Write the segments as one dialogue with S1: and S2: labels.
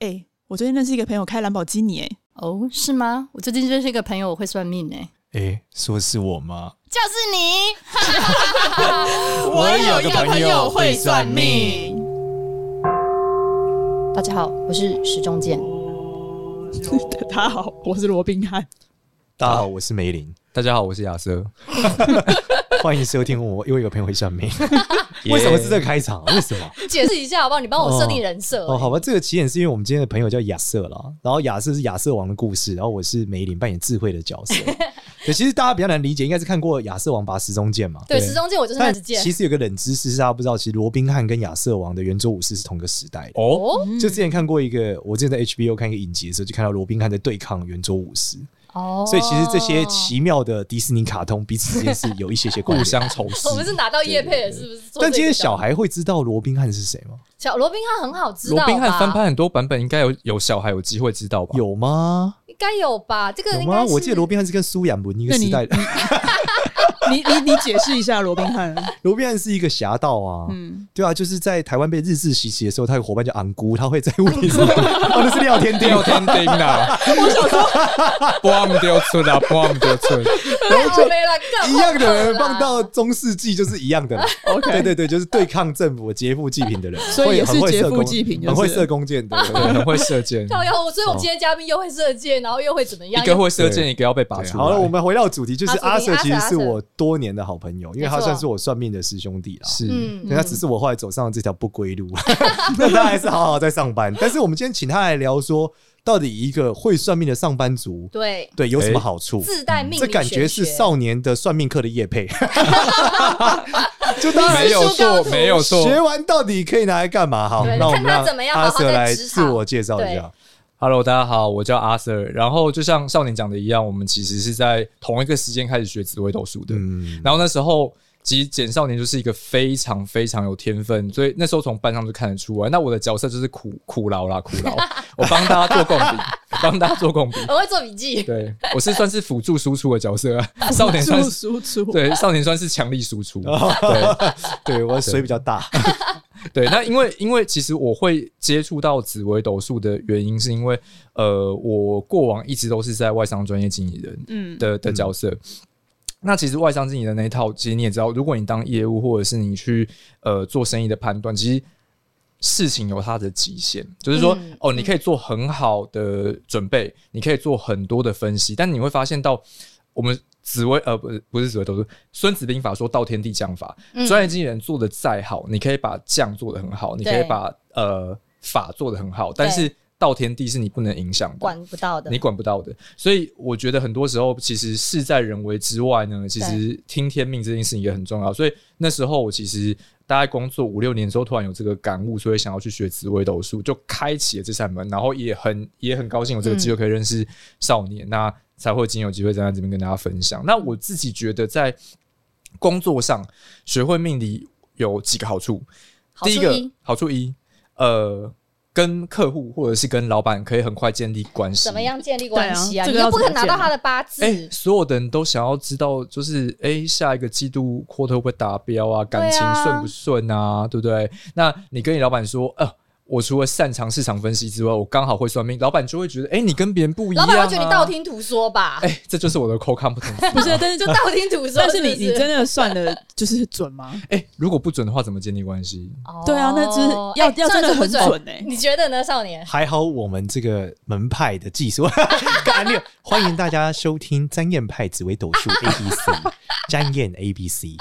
S1: 哎、我最近认识一个朋友开兰博基尼、哎，
S2: 哦，是吗？我最近认识一个朋友，我会算命哎、
S3: 诶，说是我吗？
S2: 就是你。
S3: 我有个朋友会算命。
S2: 大家好，我是石中健。
S1: 大家好，我是罗宾汉。
S3: 大家好，我是梅林，
S4: 大家好，我是亚瑟。
S3: 欢迎收听我又一个朋友会 算命。为什么是这个开场？啊为什么？
S2: 解释一下好不好？你帮我设定人设、
S3: 哦，好吧，这个起点是因为我们今天的朋友叫亚瑟啦，然后亚瑟是亚瑟王的故事，然后我是梅林扮演智慧 的角色。对，其实大家比较难理解，应该是看过《亚瑟王拔时钟剑》嘛。
S2: 对，
S4: 对
S2: 石中健我就是那
S3: 但
S2: 只剑
S3: 其。实有个冷知识是大家不知道，其实罗宾汉跟亚瑟王的圆桌武士是同个时代的。
S4: 哦，
S2: 哦
S3: 就之前看过一个，我之前在 HBO 看一个影集的时候，就看到罗宾汉在对抗圆桌武士，
S2: 哦，
S3: 所以其实这些奇妙的迪士尼卡通彼此之间是有一些些关
S4: 互
S3: 联。
S4: 相仇视
S2: 我。们是拿到叶配了，是不是？做
S3: 但
S2: 这
S3: 今天
S2: 个
S3: 小孩会知道罗宾汉是谁吗？
S2: 小罗宾汉很好知道
S4: 罗
S2: 吧，
S4: 宾汉翻拍很多版本，应该有有小孩有机会知道吧？
S3: 有吗？
S2: 应该有吧？这个
S3: 有
S2: 应
S3: 吗？
S2: 该是
S3: 我记得 罗宾汉是跟苏亚文一个时代的，
S1: 你你你解释一下罗宾汉？
S3: 罗宾汉是一个侠盗啊。
S1: 嗯，
S3: 对啊，就是在台湾被日治袭击的时候，他有伙伴叫昂姑，他会在屋 顶上，哦，那是廖天丁，
S4: 掉天钉啦！我想说， 不丢出啦，不丢出。
S3: 然后就
S2: 没了，更
S3: 一样的人
S2: 后
S3: 放
S2: 悔
S3: 到
S2: 啦
S3: 中世纪就是一样的啦。
S1: OK
S3: 对对对，就是对抗政府、劫富济贫的人，
S1: 所以也是
S3: 会很会
S1: 劫
S3: 射
S1: 富
S3: 弓
S1: 济贫就是
S3: 很会射弓箭的。对
S4: 对，
S3: 对
S4: 很会射箭，
S2: 靠腰，所以我们
S3: 哦
S2: 今天嘉宾又会射箭，然后又会怎么样？
S4: 一个会射箭，一个要被拔
S3: 对
S4: 啊出来。
S3: 好了，我们回到主题，就是
S2: 阿
S3: 阿
S2: 瑟
S3: 瑟
S2: 啊阿瑟
S3: 其实是我多年的好朋友，因为他算是我算命的师兄弟啦。
S4: 是
S2: 嗯
S3: 对，他只是我后来走上了这条不归路， 那他还是好好在上班。但是我们今天请他来聊说，到底一个会算命的上班族，
S2: 对
S3: 对有什么
S4: 哎
S3: 好处？
S2: 自带命理
S3: 这
S2: 玄学，
S3: 感觉是少年的算命课的业 配，
S4: 就没有错，没有错。
S3: 学完到底可以拿来干嘛？好，
S2: 对
S3: 那我们
S2: 看他
S3: 让
S2: 怎么样好
S3: 阿
S2: 好在
S3: 瑟来
S2: 职场
S3: 自我介绍一下。
S4: Hello，大家好，我叫阿 Sir。然后就像少年讲的一样，我们其实是在同一个时间开始学紫微斗数的。
S3: 嗯，
S4: 然后那时候，其实简少年就是一个非常非常有天分，所以那时候从班上就看得出来。那我的角色就是苦苦劳啦，苦劳，我帮大家做共笔，帮大家做共笔。
S2: 我会做笔记。
S4: 对，我是算是辅助输出的角色、啊，少年算是
S1: 输出
S4: 对少年算是强力输出。对
S3: 哦对我水比较大，
S4: 对，那因为因为其实我会接触到紫微斗数的原因，是因为呃，我过往一直都是在外商专业经理人，
S1: 嗯，
S4: 的的角色。那其实外商经理的那一套，其实你也知道，如果你当业务或者是你去呃做生意的判断，其实事情有它的极限，就是说、
S2: 嗯
S4: 哦，你可以做很好的准备，你可以做很多的分析，但你会发现到我们。紫微呃不是不是紫微斗数，《孙子兵法》说“道天地将法”，
S2: 嗯
S4: 专业经理人做的再好，你可以把将做的很好，你可以
S2: 对
S4: 把呃法做的很好，但
S2: 对
S4: 是道天地是你不能影响的，
S2: 管不到的
S4: 你。管不到的。所以我觉得很多时候，其实事在人为之外呢，其实听天命这件事情也很重要。所以那时候我其实大概工作五六年之后，突然有这个感悟，所以想要去学紫微斗数，就开启了这扇门。然后也很也很高兴有这个
S2: 嗯
S4: 机会可以认识少年，那才会今天有机会站在这边跟大家分享。那我自己觉得在工作上学会命理有几个好处，
S2: 好
S4: 第一
S2: 注
S4: 个
S2: 意
S4: 好处一，呃，跟客户或者是跟老板可以很快建立关系。
S2: 怎么？样建立关系
S1: 对啊
S2: 啊？
S1: 这
S2: 你
S1: 个
S2: 又
S1: 要
S2: 不可能拿
S1: 怎么建
S2: 到
S1: 啊
S2: 他的八字，
S4: 哎、所有的人都想要知道，就是哎、下一个季度 quarter 会不会达标啊？感情
S2: 对啊
S4: 顺不顺啊？对不对？那你跟你老板说，呃，我除了擅长市场分析之外，我刚好会算命，老板就会觉得，哎、你跟别人不一样、
S2: 老
S4: 啊。
S2: 板会觉得你道。听途说吧
S4: 哎、？这就是我的 core competence 啊。
S1: 不是，但是
S2: 就
S1: 就
S2: 道听途说。
S1: 但是你
S2: 不
S1: 你真的算的就是准 吗？
S4: 哎、如果不准的话，怎么建立关系？
S2: 哦
S1: 对啊那就是要
S2: 哎
S1: 要真的
S2: 算得
S1: 很
S2: 准不
S1: 准哎
S2: 你觉得呢，少年？
S3: 还好我们这个门派的技术， 干六，欢迎大家收听詹燕派紫微斗数 A B C，詹燕 A B C。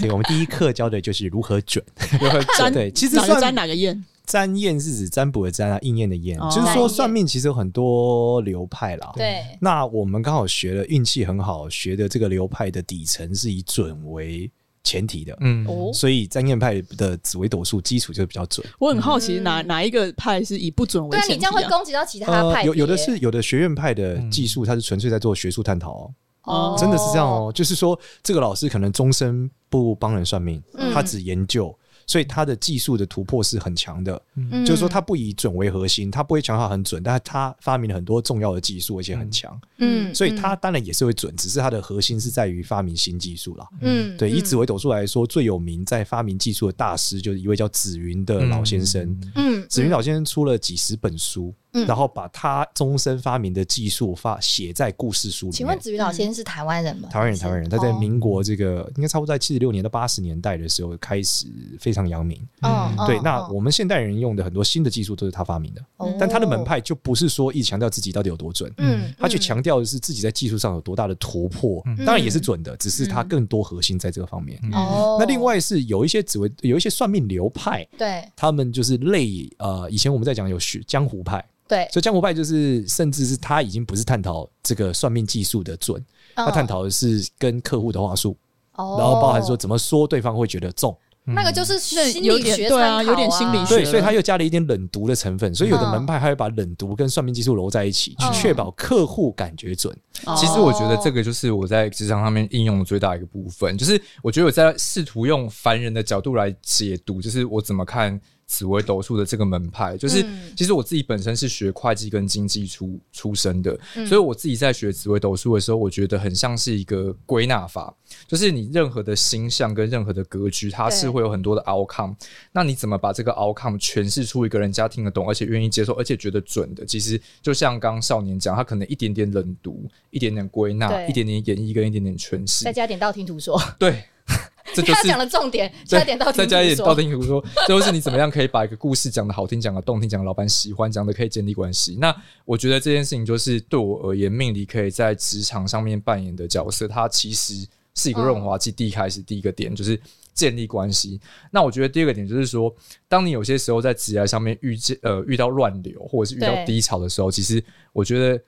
S3: 对，我们第一课教的就是如何准。
S4: 有很
S1: 占
S3: 对，其实
S1: 哪个
S3: 算
S1: 占哪个验？
S3: 占验是指占卜的占啊，应验的验，
S1: 哦
S3: 就是说算命其实有很多流派啦。
S2: 对，
S3: 那我们刚好学了，运气很好，学的这个流派的底层是以准为前提的，
S4: 嗯，
S2: 哦，
S3: 所以占验派的紫微斗数基础就比较准。
S1: 我很好奇哪哪一个派是以不准为
S2: 对啊，你
S1: 前
S2: 这
S1: 提
S2: 样会
S1: 嗯啊？
S2: 攻击到其他派别
S3: 呃有有的是有的学院派的
S2: 嗯
S3: 技术，它是纯粹在做学术探讨、哦，
S2: 哦
S3: 真的是这样哦。就是说，这个老师可能终身不帮人算命，
S2: 嗯
S3: 他只研究。所以它的技术的突破是很强的。
S2: 嗯
S3: 就是说，它不以准为核心，它不会强调很准，但是它发明了很多重要的技术，而且很强，
S2: 嗯
S3: 所以它当然也是会准，只是它的核心是在于发明新技术啦。
S2: 嗯
S3: 对，以紫微斗数来说，最有名在发明技术的大师就是一位叫紫云的老先生。
S2: 嗯
S3: 紫云老先生出了几十本书，
S2: 嗯
S3: 然后把他终身发明的技术发写在故事书里
S2: 请
S3: 面
S2: 问。子瑜老先生是台湾人吗？
S3: 台湾人，台湾人，他在
S2: 哦
S3: 民国这个、应该差不多在七十六年到八十年代的时候开始非常扬名。
S2: 哦
S1: 嗯
S2: 哦
S3: 对，那
S2: 哦
S3: 我们现代人用的很多新的技术都是他发明的，
S2: 哦
S3: 但他的门派就不是说一直强调自己到底有多准，
S2: 嗯，
S3: 他去强调的是自己在技术上有多大的突破，
S4: 嗯
S3: 当然也是准的，只是他更多核心在这个方面。
S4: 嗯
S2: 嗯哦，
S3: 那另外是有一些紫微，有一些算命流派，
S2: 对
S3: 他们就是类呃，以前我们在讲有学江湖派，
S2: 对，
S3: 所以江湖派就是甚至是他已经不是探讨这个算命技术的准，他
S2: 嗯
S3: 探讨的是跟客户的话术，
S2: 哦
S3: 然后包含说怎么说对方会觉得中，
S4: 嗯
S2: 那个就是
S1: 那
S2: 心
S1: 有
S2: 理
S1: 点
S2: 学
S1: 对啊
S2: 参考
S1: 有点心理学
S3: 对，
S1: 是
S3: 所以他又加了一点冷读的成分，所以有的
S2: 嗯
S3: 门派他会把冷读跟算命技术揉在一起，去
S2: 嗯
S3: 确保客户感觉准。
S4: 其实我觉得
S2: 哦
S4: 这个就是我在职场上面应用的最大一个部分，就是我觉得我在试图用凡人的角度来解读，就是我怎么看紫微斗数的这个门派。就是
S2: 嗯
S4: 其实我自己本身是学会计跟经济出出身的，
S2: 嗯
S4: 所以我自己在学紫微斗数的时候，我觉得很像是一个归纳法，就是你任何的星象跟任何的格局，它是
S2: 对
S4: 会有很多的 outcome。那你怎么把这个 outcome 诠释出一个人家听得懂，而且愿意接受，而且觉得准的？其实就像刚刚少年讲，他可能一点点冷读，一点点归纳，
S2: 对
S4: 一点点演绎跟一点点诠释
S2: 再，加点道听途说，
S4: 对， 这就
S2: 他
S4: 是
S2: 讲。的重点，加点道听
S4: 再加一
S2: 途
S4: 点道
S2: 说，
S4: 听途说，这就是你怎么样可以把一个故事讲的好听、讲的动听、讲得老板喜欢、讲的可以建立关系。那我觉得这件事情就是对我而言，命理可以在职场上面扮演的角色，它其实是一个润滑剂。第一开始第一个点就是建立关系。那我觉得第二个点就是说，当你有些时候在职业上面遇见呃遇到乱流或者是遇到
S2: 对
S4: 低潮的时候，其实我觉得。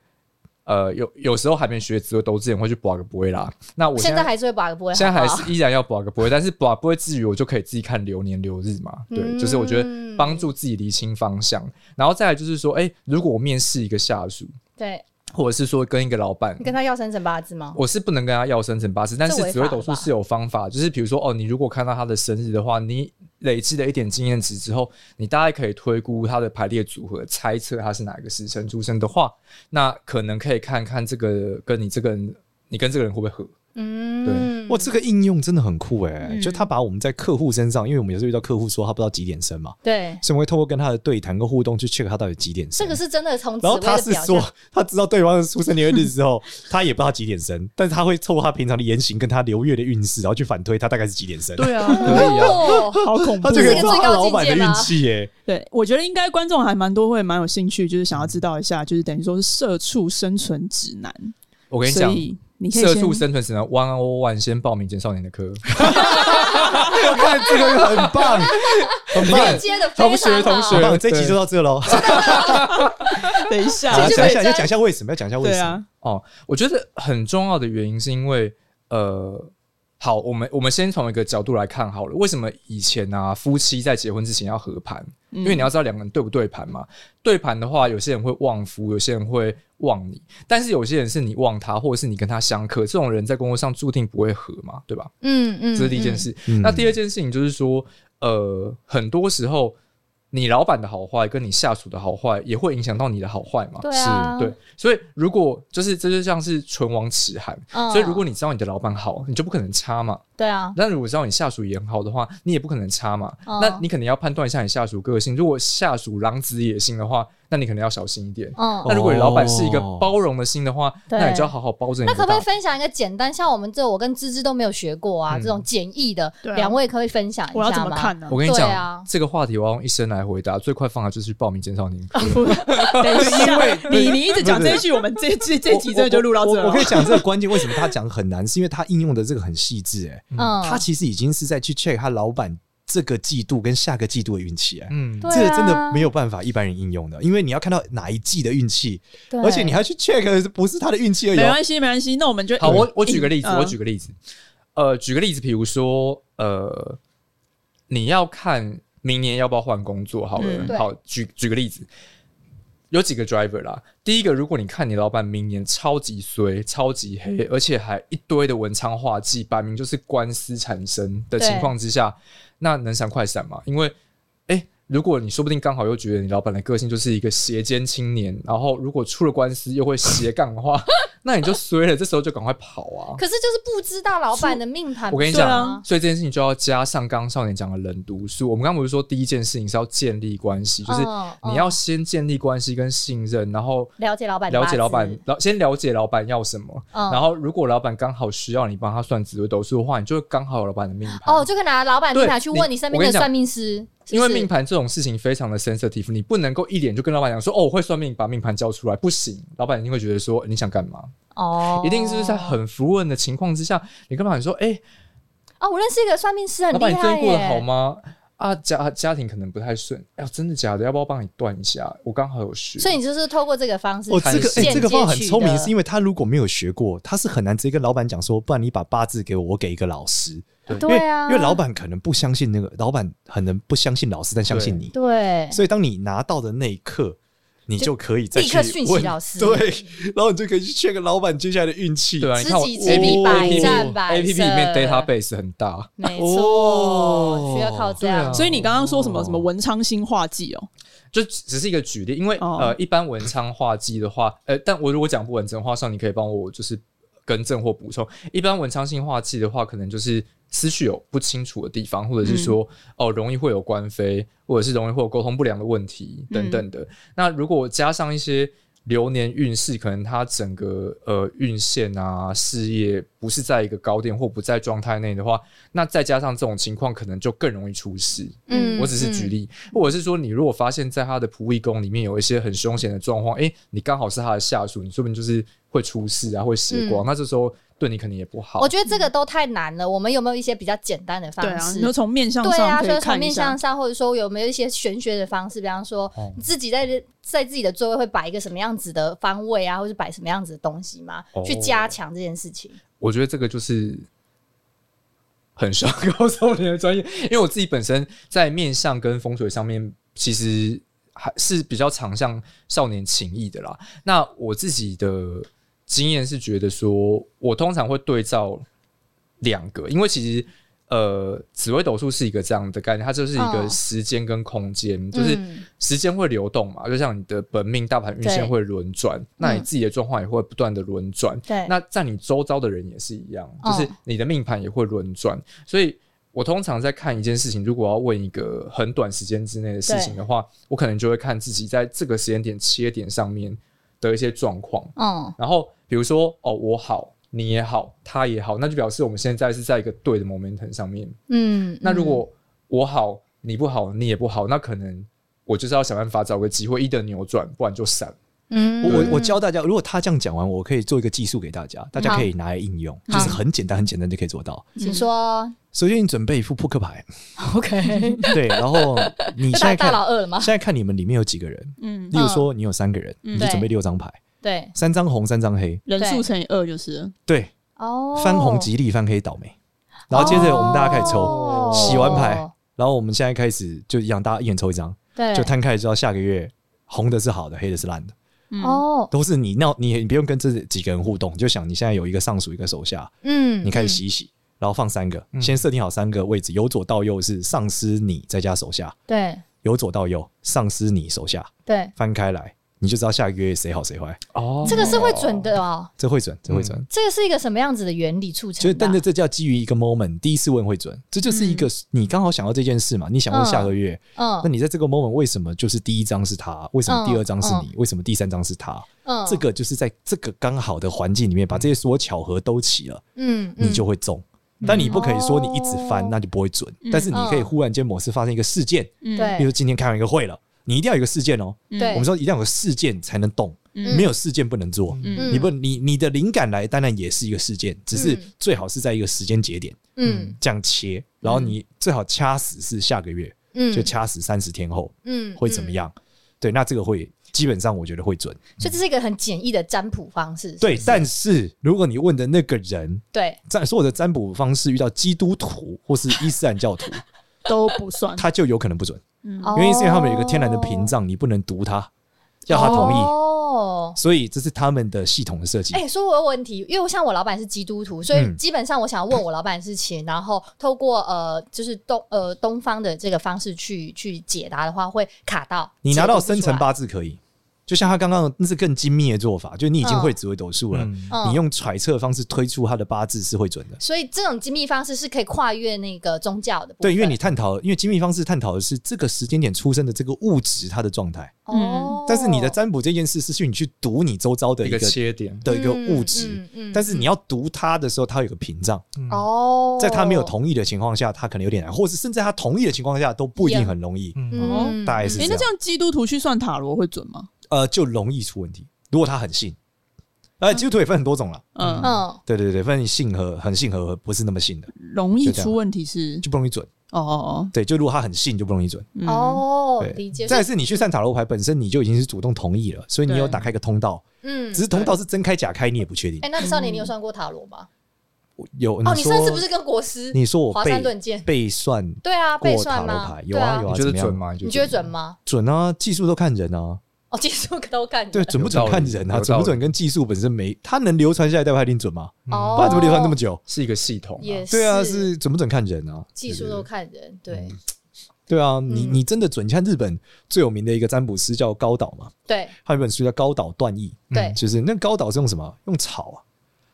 S4: 呃，有有时候还没学紫微斗之前会去保个不会啦。那我
S2: 现
S4: 在
S2: 在还是会把个不会，
S4: 现在还
S2: 好不好
S4: 是依然要保个不会，但是保不会之余，我就可以自己看流年流日嘛。对，
S2: 嗯
S4: 就是我觉得帮助自己厘清方向，然后再来就是说，哎、如果我面试一个下属，
S2: 对
S4: 或者是说跟一个老板
S2: 你。跟他要生辰八字吗？
S4: 我是不能跟他要生辰八字，但
S2: 这
S4: 是
S2: 违
S4: 紫微
S2: 法
S4: 斗数
S2: 吧
S4: 是有方法，就是比如说哦，你如果看到他的生日的话，你累积了一点经验值之后，你大概可以推估他的排列组合，猜测他是哪个时辰出生的话，那可能可以看看这个跟你这个人，你跟这个人会不会合？
S2: 嗯，
S3: 哇，这个应用真的很酷哎、
S2: 嗯
S3: 就他把我们在客户身上，因为我们有时候遇到客户说他不知道几点生嘛，
S2: 对，
S3: 所以我们会透过跟他的对谈跟互动去 check 他到底几点生。
S2: 这个是真的从紫
S3: 然后
S2: 薇的
S3: 他
S2: 表
S3: 是
S2: 现
S3: 说，他知道对方的出生年月日之后， 他也不知道他几点生，但是他会透过他平常的言行跟他流月的运势，然后去反推他大概是几点生。
S1: 对啊，
S4: 可以啊，
S2: 哦
S1: 好恐怖
S3: 他。就可以知道
S2: 这个最
S3: 他
S2: 高
S3: 老板的
S2: 境界
S3: 运
S2: 吗
S3: 气耶。
S1: 对，我觉得应该观众还蛮多会蛮有兴趣，就是想要知道一下，就是等于说是社畜生存指南。
S4: 我跟你
S1: 所
S4: 讲，
S1: 以你可以
S4: 社畜
S1: 先
S4: 生存指南 One O One 先报名简少年的课，
S3: 我看这个很棒，很棒
S2: 对，接 的
S4: 同
S2: 非
S4: 学
S2: 常
S4: 同
S2: 好
S4: 学
S3: 很，棒，这一集就到这喽。
S1: 等一下
S3: 好，
S2: 其实
S3: 讲一下，
S2: 本身
S3: 要讲一下为什么，要讲一下为
S1: 对
S3: 什么。
S1: 啊，
S4: 哦，我觉得很重要的原因是因为，呃，好，我们我们先从一个角度来看好了，为什么以前啊夫妻在结婚之前要合盘？因为你要
S1: 嗯
S4: 知道两个人对不对盘嘛。对盘的话，有些人会旺夫，有些人会旺你，但是有些人是你旺他，或者是你跟他相克，这种人在工作上注定不会合嘛，对吧？
S2: 嗯嗯，
S4: 这是第一件事。
S3: 嗯
S4: 那第二件事情就是说，呃，很多时候你老板的好坏跟你下属的好坏也会影响到你的好坏嘛
S2: 嗯，。对啊，
S4: 对，所以如果就是这就像是唇亡齿寒，
S2: 嗯
S4: 所以如果你知道你的老板好，你就不可能差嘛。
S2: 对啊，
S4: 但如果知道你下属也很好的话，你也不可能差嘛。
S2: 嗯
S4: 那你可能要判断一下你下属个性，如果下属狼子野心的话，那你可能要小心一点。
S2: 嗯，
S4: 那如果你老板是一个
S3: 哦
S4: 包容的心的话，
S2: 对
S4: 那你就要好好包着你
S2: 那可
S4: 的大
S2: 不可以分享一个简单？像我们这，我跟芝芝都没有学过啊，
S4: 嗯
S2: 这种简易的，
S1: 对啊
S2: 两位可不可以分享一下
S1: 我要怎么
S2: 吗？
S1: 看呢
S4: 我？跟你
S2: 对
S4: 讲，
S2: 啊
S4: 这个话题我要用一生来回答，最快方法就是去报名减少 年课。
S1: 不等一下，你你一直讲
S3: 不是
S1: 这一句，我们这这啊这集真的就录到这
S3: 我我我我可以
S1: 了。哦
S3: 讲这个关键，为什么他讲很难，是因为他应用的这个很细致。哎，
S2: 嗯，
S3: 他其实已经是在去 check 他老板这个季度跟下个季度的运气。哎，
S4: 嗯，
S2: 对啊
S3: 这个真的没有办法一般人应用的，因为你要看到哪一季的运气，
S2: 对
S3: 而且你还要去 check 呃不是他的运气而已
S1: 没
S3: 哦。
S1: 关系，没关系。那我们就
S4: 好，我我举个例子，
S1: 嗯
S4: 我举个例子，呃，举个例子，比如说，呃，你要看明年要不要换工作，好了，
S1: 嗯
S2: 对
S4: 好，举举个例子，有几个 driver 啦。第一个，如果你看你老板明年超级衰、超级
S2: 嗯
S4: 黑，而且还一堆的文昌化忌，摆明就是官司缠身的
S2: 对
S4: 情况之下，那能闪快闪吗？因为诶，如果你说不定刚好又觉得你老板的个性就是一个斜肩青年，然后如果出了官司又会斜杠 的话，那你就衰了，这时候就赶快跑啊！
S2: 可是就是不知道老板的命盘。
S4: 我跟你
S2: 不是啊
S4: 讲，
S2: 吗，
S4: 所以这件事情就要加上刚刚少年讲的冷读书。我们刚刚不是说第一件事情是要建立关系，就是
S2: 嗯
S4: 你要先建立关系跟信任，然后
S2: 了解老板的
S4: 了
S2: 八字，
S4: 解老板，老先了解老板要什么。
S2: 嗯
S4: 然后如果老板刚好需要你帮他算紫微斗数的话，你就会刚好有老板的命盘。
S2: 哦，就可以拿老板命盘去
S4: 对你
S2: 问你身
S4: 我
S2: 边的
S4: 跟你讲
S2: 算命师，是
S4: 因
S2: 不
S4: 为
S2: 是
S4: 命盘这种事情非常的 sensitive，你不能够一脸就跟老板讲说哦，我会算命，把命盘交出来，不行，老板一定会觉得说你想干嘛？
S2: 哦，
S4: 一定是在很服问的情况之下，你跟老板说，哎、
S2: 哦，我认识一个算命师很
S4: 老板，
S2: 厉
S4: 你最
S2: 害
S4: 近过得
S2: 耶，
S4: 好吗？啊，家家庭可能不太顺，哎、呀，真的假的？要不要帮你断一下？我刚好有学，
S2: 所以你就是透过这个方式，
S3: 哦，这个哎、
S2: 间
S3: 这个
S2: 接
S3: 方法很
S2: 取
S3: 聪明，
S2: 得
S3: 是因为他如果没有学过，他是很难直接跟老板讲说，不然你把八字给我，我给一个老师。因
S2: 对
S3: 为
S2: 啊，
S3: 因为老板可能不相信那个，老板可能不相信老师，但相信你。
S2: 对，
S3: 所以当你拿到的那一刻，你就可以再
S2: 立刻
S3: 去
S2: 讯息
S3: 问
S2: 老师
S3: 对，然后你就可以去 check 老板接下来的运气。
S4: 对啊，
S2: 知
S4: 你看我
S2: 己知彼百
S4: APP
S2: 战百
S4: A P P 里面
S2: 胜
S4: database 很大，
S2: 没
S3: 哦
S2: 错，需要靠这样
S4: 对啊。
S1: 所以你刚刚说什么什么文昌星化忌哦？
S4: 就只是一个举例，因为、
S1: 哦
S4: 呃，一般文昌画技的话， 呃，但我如果讲不文昌画上，你可以帮我就是更正或补充。一般文昌性画技的话，可能就是思绪有不清楚的地方，或者是说、哦容易会有官非，或者是容易会有沟通不良的问题等等的。那如果加上一些流年运势，可能它整个呃运线啊事业不是在一个高点或不在状态内的话，那再加上这种情况，可能就更容易出事。
S2: 嗯
S4: 我只是举例，或者是说，你如果发现在他的仆役宫里面有一些很凶险的状况，诶，你刚好是他的下属，你说不定就是会出事啊，会斜光，那这时候对你肯定也不好
S2: 嗯我。觉得这个都太难了。我们有没有一些比较简单的方
S1: 对啊，你
S2: 式？
S1: 说从面相
S2: 对
S1: 上
S2: 啊，
S1: 可
S2: 所以
S1: 以
S2: 从
S1: 看
S2: 面
S1: 一下
S2: 向。上，或者说有没有一些玄学的方式，比方说
S4: 哦
S2: 你自己在在自己的座位会摆一个什么样子的方位啊，或是摆什么样子的东西吗？
S4: 哦
S2: 去加强这件事情。
S4: 我觉得这个就是很需要 告诉你的专业，因为我自己本身在面相跟风水上面，其实还是比较常向少年情谊的啦。那我自己的经验是觉得说，我通常会对照两个，因为其实。呃，紫微斗数是一个这样的概念，它就是一个
S2: 哦
S4: 时间跟空间，就是
S2: 嗯
S4: 时间会流动嘛，就像你的本命大盘运线
S2: 对
S4: 会轮转，那你
S2: 嗯
S4: 自己的状况也会不断的轮转。
S2: 对，
S4: 那在你周遭的人也是一样，就
S2: 哦
S4: 是你的命盘也会轮转。所以我通常在看一件事情，如果要问一个很短时间之内的事情的话，我可能就会看自己在这个时间点切点上面的一些状况。
S2: 嗯，
S4: 然后比如说，哦，我好，你也好，他也好，那就表示我们现在是在一个对的 momentum 上面。
S2: 嗯，
S4: 那如果我好，你不好，你也不好，那可能我就是要想办法找个机会一的扭转，不然就散。
S2: 嗯，
S3: 我
S2: 嗯，
S3: 我我教大家，如果他这样讲完，我可以做一个技术给大家，大家可以拿来应用，
S2: 好
S3: 就是很简单，很简单就可以做到。
S2: 请说
S3: 首先，你准备一副扑克牌，
S2: ，OK，
S3: 对，然后你
S2: 就
S3: 现在
S2: 打大佬
S3: 看，
S2: 二了吗
S3: 现？在看你们里面有几个人。
S1: 嗯，
S3: 例如说，你有三个人，你就
S2: 对
S3: 准备六张牌，
S2: 对，
S3: 三张红，三张黑，
S1: 人数乘以二就是了
S3: 对，
S2: 哦，
S3: 翻红吉利，翻黑倒霉。然后接着我们大家开始抽，
S2: 哦
S3: 洗完牌，然后我们现在开始就一样，大家一人抽一张，
S2: 对，
S3: 就摊开来知道下个月红的是好的，黑的是烂的，
S1: 嗯，
S2: 哦，
S3: 都是你那，你你不用跟这几个人互动，你就想你现在有一个上属，一个手下，
S2: 嗯，
S3: 你开始洗一洗，然后放三个，
S4: 嗯
S3: 先设定好三个位置，由左到右是上司你再加手下，
S2: 嗯，对
S3: 由左到右上司你手下，
S2: 对，
S3: 翻开来你就知道下个月谁好谁坏，
S4: 哦
S2: 这个是会准的哦。
S3: 这会准，这会准。
S2: 这个是一个什么样子的原理促成
S3: 就
S2: 的
S3: 是，
S2: 啊？
S3: 但是这叫基于一个 moment，第一次问会准，这就是一个你刚好想到这件事嘛，你想问下个月，那
S2: 嗯
S3: 你在这个 moment 为什么就是第一张是他，为什么第二张是你，为什么第三张是他？
S2: 嗯，
S3: 这个就是在这个刚好的环境里面，把这些所有巧合都齐了，
S2: 嗯，嗯
S3: 你就会中。但你不可以说你一直翻
S2: 哦，
S3: 那就不会准
S1: 嗯。
S3: 但是你可以忽然间某次发生一个事件，
S1: 嗯
S2: 对
S3: 比如今天开完一个会了，你一定要有一个事件哦。
S2: 对
S3: 我们说一定要有个事件才能动，
S1: 嗯
S3: 没有事件不能做。
S2: 嗯
S3: 你不，你你的灵感来，当然也是一个事件，只是
S2: 嗯
S3: 最好是在一个时间节点
S2: 嗯
S3: 这样切，然后你最好掐死是下个月，
S2: 嗯
S3: 就掐死三十天后
S2: 嗯
S3: 会怎么？样？对，那这个会基本上我觉得会准。
S2: 嗯所以这是一个很简易的占卜方式。
S3: 对，
S2: 是不是
S3: 但是如果你问的那个人，
S2: 对
S3: 占所有的占卜方式遇到基督徒或是伊斯兰教徒，
S1: 都不算。
S3: 他就有可能不准，
S1: 嗯
S2: 哦
S3: 因为伊斯兰他们有一个天然的屏障，你不能读它。要他同意。
S2: 哦。
S3: 所以这是他们的系统的设计
S2: 哎、。说我有问题，因为我像我老板是基督徒，所以
S3: 嗯
S2: 基本上我想问我老板的事情，然后透过呃，就是东呃东方的这个方式去去解答的话，会卡到
S3: 你拿到生
S2: 层
S3: 辰八字可以，就像他刚刚的那是更精密的做法，就你已经
S2: 嗯
S3: 会紫微斗数了，
S4: 嗯
S2: 嗯
S3: 你用揣测方式推出他的八字是会准的。
S2: 所以这种精密方式是可以跨越那个宗教的部分。
S3: 对，因为你探讨，因为精密方式探讨的是这个时间点出生的这个物质它的状态，
S2: 哦，
S3: 但是你的占卜这件事是去你去读你周遭的
S4: 一
S3: 一
S4: 个
S3: 个
S4: 切点，
S3: 的一个物
S2: 嗯，
S3: 质，
S2: 嗯嗯
S3: 但是你要读它的时候，它有个屏障，
S2: 哦，
S3: 在他没有同意的情况下，他可能有点难，或是甚至他同意的情况下都不一定很容易，
S4: 嗯，
S2: 嗯，
S3: 大概是
S1: 哎、那这样基督徒去算塔罗会准吗？
S3: 呃，就容易出问题。如果他很信，呃，基督徒也分很多种了，
S1: 嗯，
S2: 嗯，
S3: 对对对，分信和很信和不是那么信的，
S1: 容易
S3: 就这样
S1: 出问题是
S3: 就不容易准。
S1: 哦哦
S3: 对，就如果他很信，就不容易准。
S1: 哦，
S2: 哦
S3: 对，
S2: 理解。
S3: 再来是你去算塔罗牌本身，你就已经是主动同意了，所以你
S1: 对
S3: 有打开一个通道，
S2: 嗯
S3: 只，是通道是真开假开，你也不确定
S2: 哎，。那少年，你有算过塔罗吗？
S3: 有
S2: 哦，你上次不
S3: 嗯说
S2: 是跟国师
S3: 你说我
S2: 华
S3: 被
S2: 山论剑？
S3: 被算
S2: 对啊，被
S3: 过
S2: 算
S3: 塔罗
S2: 吗
S3: 牌？，有
S2: 对啊
S3: 有，
S4: 你
S3: 啊，
S4: 觉
S3: 怎
S4: 得
S3: 么样
S4: 准？吗？
S2: 你觉得准？吗？
S3: 准啊，技术都看人啊，
S2: 哦，技术都看你
S3: 对，
S2: 的
S3: 准不准看人啊，
S4: 有道理
S3: 准不准跟技术本身没，它能流传下来代表它一定准吗？
S2: 哦，
S3: 嗯不然怎么流传这么久？
S4: 是一个系统啊，
S2: 也
S3: 对啊，是嗯准不准看人啊？
S2: 技术都看人，对
S3: 对啊，你
S2: 嗯
S3: 你真的准？你看日本最有名的一个占卜师叫高岛嘛，
S2: 对
S3: 他有一本书叫《高岛断义》，嗯
S2: 对，
S3: 就是那高岛是用什么？用草啊，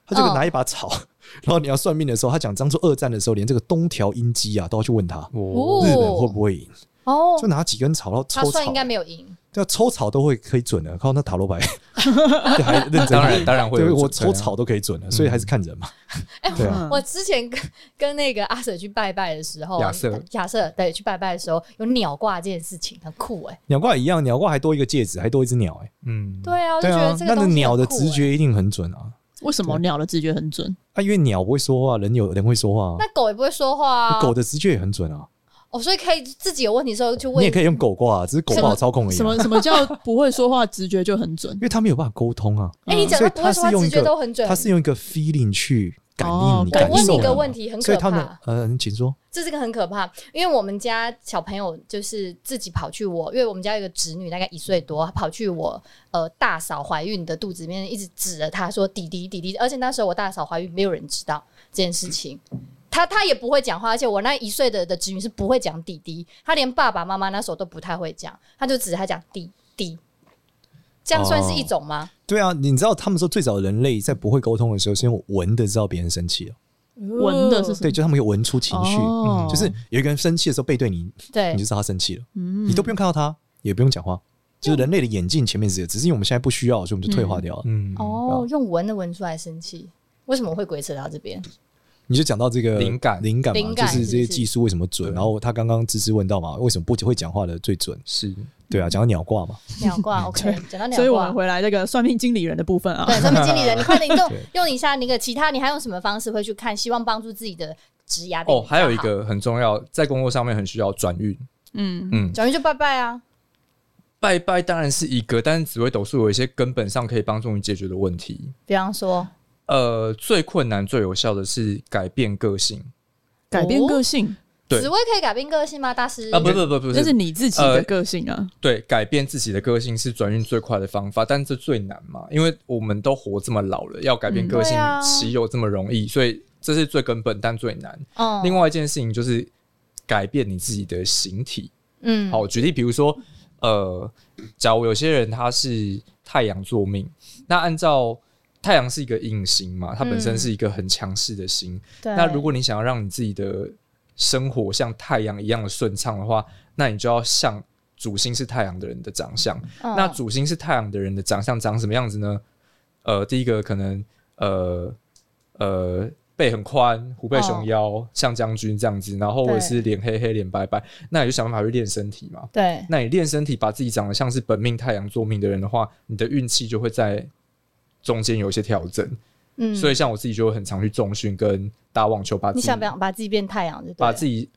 S3: 他这个
S2: 嗯
S3: 拿一把草， 然后你要算命的时候，他讲当初二战的时候，连这个东条英机啊都要去问他，
S4: 哦
S3: 日本会不会赢？
S2: 哦
S3: 就，拿几根草，然后
S2: 他
S3: 抽草
S2: 算，应该没有赢，
S3: 对啊，抽草都会可以准的，靠那塔 罗牌还认真，
S4: 当然当然会有
S3: 对我
S4: 准
S3: 抽
S4: 对啊
S3: 草都可以准的，所以还是看人嘛。对
S1: 嗯
S3: 啊，
S2: 哎我之前跟跟那个阿瑟去拜拜的时候，
S4: 亚瑟
S2: 亚瑟对去拜拜的时候有鸟挂这件事情，很酷哎、
S3: 鸟挂也一样，鸟挂还多一个戒指，还多一只鸟，哎，
S4: 嗯，
S2: 对啊，我就
S3: 对
S2: 觉
S3: 啊
S2: 得，这个
S3: 那
S2: 东西
S3: 个
S2: 很
S3: 鸟的
S2: 酷
S3: 直
S2: 欸。
S3: 觉一定很准啊。
S1: 为什么鸟的直觉很准？
S3: 啊，因为鸟不会说话，人有人会说话
S2: 那狗也不会说话
S3: 啊，
S2: 啊，
S3: 狗的直觉也很准啊。
S2: 哦，所以可以自己有问题的时候就
S3: 你
S2: 问
S3: 也可以用狗挂啊，只是狗不好操控而已
S1: 什
S3: 啊，
S1: 么什么叫不会说话，直觉就很准
S3: 因？为它没有办法沟通啊。
S2: 哎、你讲
S3: 所
S2: 到
S3: 以
S2: 不会
S3: 它
S2: 说
S3: 是
S2: 话，
S3: 用
S2: 直
S3: 一
S2: 觉都
S3: 个，
S2: 很准。
S3: 它是用一个 feeling 去感
S1: 哦
S3: 应你
S1: 感
S3: 感
S2: 我问
S3: 受
S2: 你一
S3: 的
S2: 个
S3: 嘛
S2: 问题，很
S3: 所
S2: 可
S3: 以他们
S2: 怕。
S3: 呃，你请说，
S2: 这是个很可怕，因为我们家小朋友就是自己跑去我，因为我们家有一个侄女，大概一岁多，她跑去我呃大嫂怀孕的肚子里面，一直指着她说“弟弟弟弟”，而且那时候我大嫂怀孕，没有人知道这件事情。她她也不会讲话，而且我那一岁的的侄女是不会讲弟弟，她连爸爸妈妈那时候都不太会讲，她就指着她讲弟弟，这样算是一种吗？
S3: 对啊，你知道他们说最早人类在不会沟通的时候是用闻的知道别人生气哦了，
S1: 闻的是什么？
S3: 嗯对，就他们可以闻出情绪，嗯
S1: 哦
S3: 就是有一个人生气的时候背对你，
S2: 对
S3: 你就知道他生气了，
S1: 嗯
S3: 你都不用看到他，也不用讲话，就是人类的眼镜前面只有，只是因为我们现在不需要，所以我们就退化掉了。
S4: 嗯，
S2: 哦，用闻的闻出来生气，为什么会鬼扯到这 边？
S3: 你就讲到这个
S4: 灵感
S3: 灵感嘛，
S2: 灵
S3: 就
S2: 感
S3: 是这
S2: 是
S3: 些
S2: 不是
S3: 技术为什么准，
S4: 对
S3: 然后他刚刚芝芝问到嘛，为什么不会讲话的最准？
S4: 是
S2: 嗯
S3: 对啊，讲到鸟卦嘛，
S2: 鸟挂 OK，讲到鸟挂，
S1: 所以我们回来这个算命经理人的部分啊，
S2: 对，上面经理人，你快点 用
S3: 对
S2: 用一下那个其他，你还用什么方式会去看？希望帮助自己的职涯变
S4: 哦，
S2: 得
S4: 还有一
S2: 比较好
S4: 个很重要，在工作上面很需要转运，
S1: 嗯，
S4: 嗯，
S2: 转运就拜拜啊，
S4: 拜拜当然是一个，但是紫微斗数有一些根本上可以帮助你解决的问题。
S2: 比方说
S4: 呃，最困难、最有效的是改变个性
S1: 改变
S2: 哦
S1: 个性，
S4: 对
S2: 紫薇可以改变个性吗？大师
S4: 啊！不不不不
S1: 那是
S4: 是，
S1: 你自己的个性啊，
S4: 对，改变自己的个性是转运最快的方法，但这最难嘛，因为我们都活这么老了，要改变
S1: 嗯
S4: 个性
S2: 对啊
S4: 岂有这么容易？所以这是最根本但最难。
S2: 嗯
S4: 另外一件事情就是改变你自己的形体。
S2: 嗯
S4: 好，我举例，比如说，呃，假如有些人他是太阳座命，那按照太阳是一个隐形嘛，它本身
S2: 嗯
S4: 是一个很强势的星。
S2: 对
S4: 那如果你想要让你自己的生活像太阳一样的顺畅的话，那你就要像主星是太阳的人的长相。
S2: 嗯
S4: 那主星是太阳的人的长相长什么样子呢？呃，第一个可能呃呃背很宽，虎背熊腰，
S2: 哦
S4: 像将军这样子，然后或者
S2: 对
S4: 是脸黑黑脸白白，那你就想办法去练身体嘛。
S2: 对
S4: 那你练身体，把自己长得像是本命太阳座命的人的话，你的运气就会在中间有一些调整。
S2: 嗯
S4: 所
S2: 以
S4: 以像我自己就会很常去重训跟打网球，把自
S2: 你
S4: 己
S2: 想不想把自己变太阳？就对了
S4: 把自己，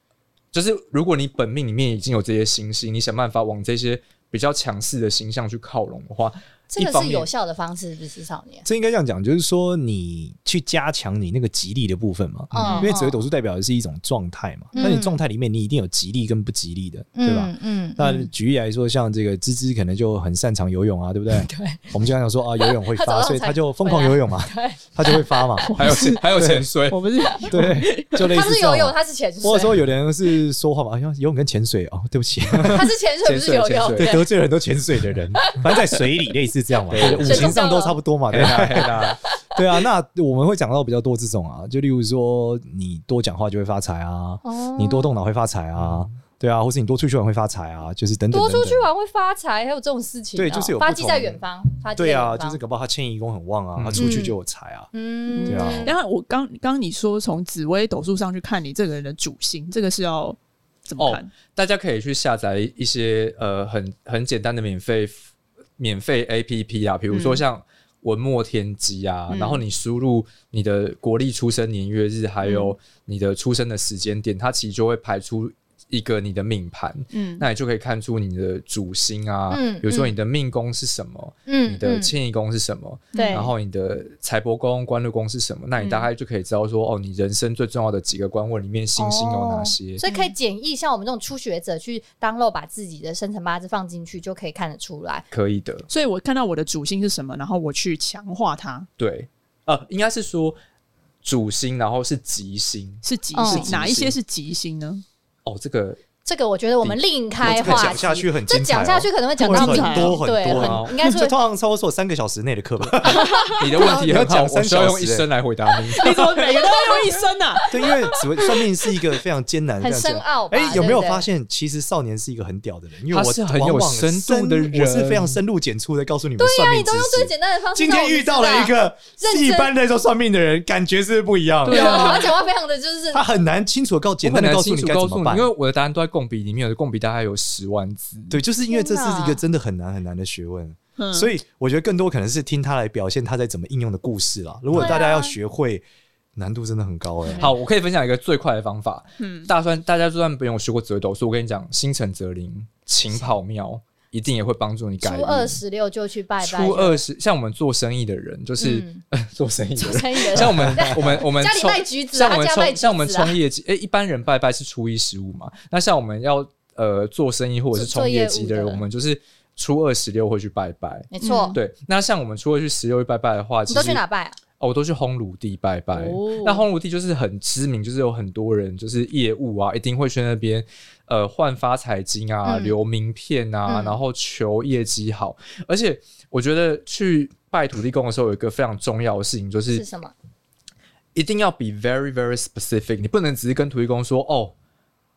S4: 就是如果你本命里面已经有这些星系，你想办法往这些比较强势的形象去靠拢的话，
S2: 这个
S4: 一方
S2: 是
S4: 面
S2: 有效的方式，不是少年。
S3: 这应该这样讲，就是说你去加强你那个吉利的部分嘛，
S2: 嗯
S3: 因为紫微斗数代表的是一种状态嘛，
S2: 嗯
S3: 那你状态里面你一定有吉利跟不吉利的，对吧？
S2: 嗯嗯，
S3: 那
S2: 嗯
S3: 举例来说，像这个芝芝可能就很擅长游泳啊，对不对？
S2: 对
S3: 我们经常讲说啊，游泳会
S2: 他早
S3: 发，
S2: 上
S3: 所以
S2: 才
S3: 他就疯狂游泳嘛，
S2: 对，
S3: 他就会发 嘛，
S4: 还有还有 潜水，
S1: 我不是
S3: 对，就类
S2: 他
S3: 似
S2: 是
S3: 这
S2: 游
S3: 种
S2: 泳，
S3: 嘛。
S2: 他是潜水，
S3: 或者说有的人是说话嘛，好像游泳跟潜水哦，对不起，
S2: 他是潜水，不是游
S4: 潜
S2: 泳。
S4: 水
S3: 对，
S2: 对
S3: 得罪了很多潜水 的人，反正在水里类似这样嘛，
S4: 对
S3: 或者五行上
S2: 啊
S3: 都差不多嘛，对
S4: 对
S3: 吧？
S4: 啦对啦，
S3: 对啊，那我们会讲到比较多这种啊，就例如说你多讲话就会发财啊，
S2: 哦
S3: 你多动脑会发财啊，对啊，或是你多出去玩会发财啊，就是等等
S2: 多
S3: 等等
S2: 出去玩会发财，还有这种事情啊。
S3: 对就是有不
S2: 发迹在
S3: 同
S2: 远方，发迹在
S3: 对啊，
S2: 远方
S3: 就是搞不好他迁移宫很旺啊，
S4: 嗯
S3: 他出去就有财啊。
S2: 嗯，
S3: 对啊
S1: 然后我刚刚你说从紫微斗数上去看你这个人的主星，这个是要怎
S3: 哦
S1: 么看？
S4: 大家可以去下载一些呃很很简单的免费免费 APP 啊，比如说像文墨天机啊，
S1: 嗯
S4: 然后你输入你的国历出生年月日，还有你的出生的时间点，它其实就会排出一个你的命盘，
S1: 嗯，
S4: 那你就可以看出你的主星啊，
S2: 嗯
S4: 比如说
S2: 嗯
S4: 你的命宫是什么，
S2: 嗯
S4: 你的
S2: 嗯
S4: 迁移宫是什么，
S2: 对，
S4: 然后你的财帛宫、官禄宫是什么？那你大概就可以知道说，哦，你人生最重要的几个官位里面，星星有哪些
S2: 哦？所以可以简易像我们这种初学者去当漏，把自己的生辰八字放进去，就可以看得出来。
S4: 可以的，
S1: 所以我看到我的主星是什么，然后我去强化它，
S4: 对，呃，应该是说主星，然后是吉星。
S1: 是吉
S2: 哦
S1: 星，
S2: 是吉星
S1: 哪一些是吉星 呢？
S4: 哦，这个
S2: 这个我觉得我们另开嗯话题，
S3: 哇这个讲下去很精彩
S2: 这
S3: 哦
S2: 讲下去可能会讲到
S1: 会
S2: 明
S1: 很
S2: 天
S3: 多很
S2: 对，
S3: 多啊
S4: 哦
S2: 很应该是
S3: 这通常超过三个小时内的课吧？
S4: 你的问题很
S3: 你要
S4: 好，
S3: 讲
S4: 我
S3: 三
S4: 需要
S3: 小时
S4: 用一生来回答 你。
S1: 哎你怎么每个都要用一生 啊？
S3: 对，因为紫微算命是一个非常艰难、
S2: 很
S3: 非常
S2: 深
S3: 艰难
S2: 奥吧。
S3: 哎，有没有发
S2: 现？
S3: 现其实少年是一个很屌的人？因为
S4: 他
S3: 我
S4: 是很有
S3: 往往
S4: 深度的人
S3: 我是非常深入浅出的告诉你们算
S2: 啊
S3: 命
S2: 你
S3: 知
S2: 都用最
S3: 识。
S2: 简单的方式
S3: 今
S2: 让我
S3: 天
S2: 们知道。啊
S3: 遇到了一个
S2: 认
S3: 是
S2: 真
S3: 一般在说算命的人，感觉是不是不一样。
S4: 对啊
S2: 他讲话非常的就是
S3: 他很难清楚地告简
S4: 我很
S3: 单的
S4: 难
S3: 告诉
S4: 清
S3: 你
S4: 楚
S3: 该
S4: 告
S3: 怎
S4: 诉
S3: 么办
S4: 你，因
S3: 嗯
S4: 为。我的答案都在共笔里面，我的共笔大概有十万字。
S3: 对，就是因为这
S2: 天
S3: 是
S2: 哪
S3: 一个真的很难很难的学问。
S1: 嗯
S3: 所以我觉得更多可能是听他来表现他在怎么应用的故事啦。如果大家要学会，难度真的很高
S2: 啊
S3: 哎、
S4: 好，我可以分享一个最快的方法。
S1: 嗯，
S4: 大算大家就算没有学过折斗术，我跟你讲，心诚则灵，勤跑妙，一定也会帮助你改
S2: 初
S4: 运。
S2: 二十六就嗯去拜拜，
S4: 初二十，像我们做生意的人，就是、 做生意的
S2: 初
S4: 人，
S2: 三人
S4: 像我们我们我们
S2: 家里
S4: 冲
S2: 卖橘子啊
S4: 像我们
S2: 他家卖橘子
S4: 冲
S2: 啊
S4: 像我们冲业绩，诶，一般人拜拜是初一十五嘛，那像我们要呃做生意或者是
S2: 做
S4: 冲业
S2: 做
S4: 绩
S2: 业务
S4: 的人，
S2: 的
S4: 我们就是初二十六会去拜拜。
S2: 没
S3: 嗯
S2: 错。
S4: 对，那像我们初二去十六去拜拜的话，
S2: 你
S4: 其
S2: 都
S4: 实
S2: 去哪拜啊？
S4: 哦，我都去烘炉地拜拜。
S1: 哦
S4: 那烘炉地就是很知名，就是有很多人就是业务啊，一定会去那边呃换发财金啊、
S2: 嗯
S4: 留名片啊，
S2: 嗯
S4: 然后求业绩好。而且我觉得去拜土地公的时候，有一个非常重要的事情，就是是
S2: 什么？
S4: 一定要 be very very specific，你不能只是跟土地公说哦，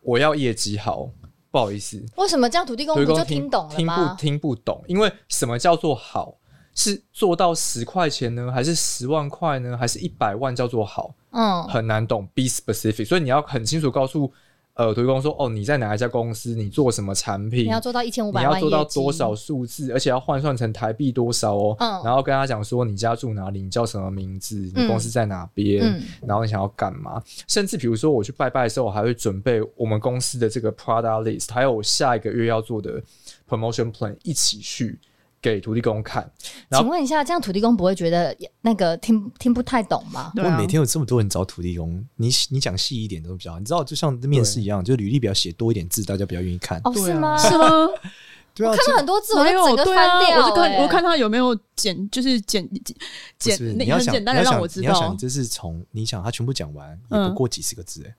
S4: 我要业绩好，不好意思，
S2: 为什么这样土地公
S4: 土地
S2: 不
S4: 公
S2: 哦就听懂了
S4: 听不
S2: 吗？
S4: 听不懂？因为什么叫做好？是做到十块钱呢，还是十万块呢，还是一百万叫做好？
S2: 嗯，
S4: 很难懂，be specific。所以你要很清楚告诉呃土地公说，哦，你在哪一家公司，你做什么产品，
S2: 你要做到一千五
S4: 你
S2: 百万
S4: 要
S2: 业绩，
S4: 做到多少数字，而且要换算成台币多少哦。
S2: 嗯
S4: 然后跟他讲说你家住哪里，你叫什么名字，你公司在哪边，
S2: 嗯
S4: 然后你想要干嘛。甚至比如说我去拜拜的时候，我还会准备我们公司的这个 product list，还有我下一个月要做的 promotion plan 一起去给土地公看。然后
S2: 请问一下，这样土地公不会觉得那个听听不太懂吗？
S1: 对
S3: 我
S1: 啊
S3: 每天有这么多人找土地公，你你讲细一点都比较好，你知道，就像面试一样，就履历表写多一点字，大家比较愿意看。
S2: 哦，
S1: 对啊
S2: 是吗？
S1: 是吗？
S3: 对啊，
S2: 看
S3: 这
S2: 了很多字，我
S1: 没
S2: 就整
S1: 有，
S2: 个
S1: 对
S2: 翻
S1: 啊，
S2: 掉。
S1: 我就看
S2: 哎
S1: 我看他有没有简，就是简
S3: 不
S1: 简
S3: 是
S1: 简，
S3: 你
S1: 那
S3: 要
S1: 很
S3: 想，
S1: 简单
S3: 你
S1: 的
S3: 要
S1: 让
S3: 想，
S1: 我知
S3: 你要想，
S1: 道
S3: 你。这是从你想他全部讲完也
S1: 嗯
S3: 不过几十个字哎。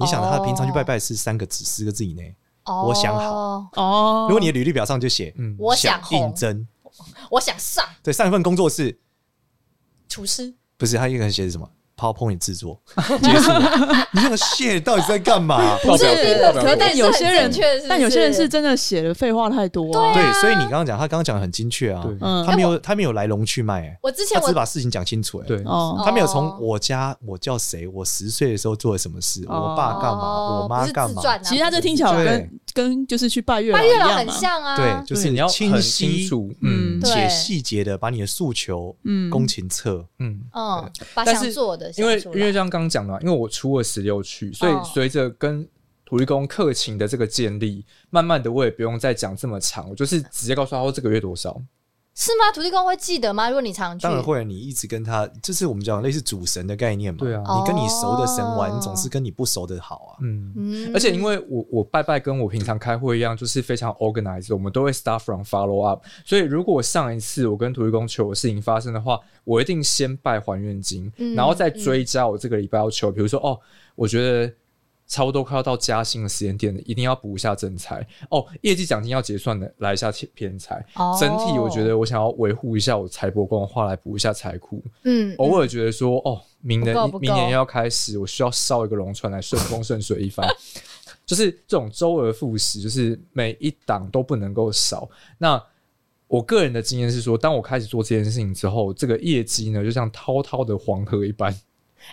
S3: 你想他平常去拜拜是三个字、四个字以内。我想好
S2: 哦，
S1: 哦，
S3: 如果你的履历表上就写，嗯，
S2: 我想红
S3: 应征，
S2: 我想上
S3: 对，上一份工作是
S2: 厨师，
S3: 不是他一个人写的什么 PowerPoint 制作结束了？ 你那个 shit 到底在干嘛？
S4: 不
S2: 是
S1: 可但有些人
S2: 是很正确是不是
S1: 但有些人是真的写的废话太多、啊，
S3: 对，所以你刚刚讲，他刚刚讲的很精确啊，
S4: 对
S1: 嗯
S3: 他没有他没有来龙去脉，哎，
S2: 我之前
S3: 他只
S2: 我
S3: 是把事情讲清楚，哎，
S4: 对，
S1: 哦，
S3: 他没有
S2: 哦
S3: 从我家我叫谁，我十岁的时候做了什么事，
S1: 哦
S3: 我爸干嘛，
S2: 哦不
S3: 我妈
S2: 是
S3: 干
S2: 自
S3: 嘛，
S2: 传啊
S1: 其实他这听起来
S3: 对
S1: 跟跟就是去拜月老
S2: 拜
S1: 一
S2: 月老
S1: 样
S2: 很
S1: 嘛，
S2: 像啊，
S3: 对，就是
S4: 你要
S3: 清
S4: 很
S3: 晰
S4: 清楚，
S1: 嗯
S4: 嗯
S2: 对
S3: 且细节的把你的诉求、
S1: 嗯
S3: 工勤册，
S4: 嗯。
S2: 嗯，把
S4: 但
S2: 想
S4: 是
S2: 做的想
S4: 因为
S2: 出
S4: 因为
S2: 来，
S4: 像刚讲的嘛，因为我初二十六去，所以
S2: 哦
S4: 随着跟土地公客情的这个建立，慢慢的我也不用再讲这么长，我就是直接告诉他说这个月多少，
S2: 是吗？土地公会记得吗？如果你常去，
S3: 当然会，你一直跟他，就是我们讲类似主神的概念嘛。
S4: 对啊
S3: 你跟你熟的神玩，
S2: 哦
S3: 总是跟你不熟的好啊。
S4: 嗯。
S2: 嗯
S4: 而且因为我我拜拜跟我平常开会一样，就是非常 organized，我们都会 start from follow up。所以如果上一次我跟土地公求的事情发生的话，我一定先拜还愿经，
S2: 嗯
S4: 然后再追加我这个礼拜要求，比如说哦，我觉得。差不多快要到加薪的时间点了，一定要补一下正财哦。业绩奖金要结算的，来一下偏财。
S2: 哦
S4: 整体我觉得我想要维护一下我财帛宫的话，来补一下财库。
S2: 嗯，
S4: 偶尔觉得说，哦，明年
S2: 不够不够
S4: 明年要开始，我需要烧一个龙船来顺风顺水一番， 就是这种周而复始，就是每一档都不能够少。那我个人的经验是说，当我开始做这件事情之后，这个业绩呢，就像滔滔的黄河一般，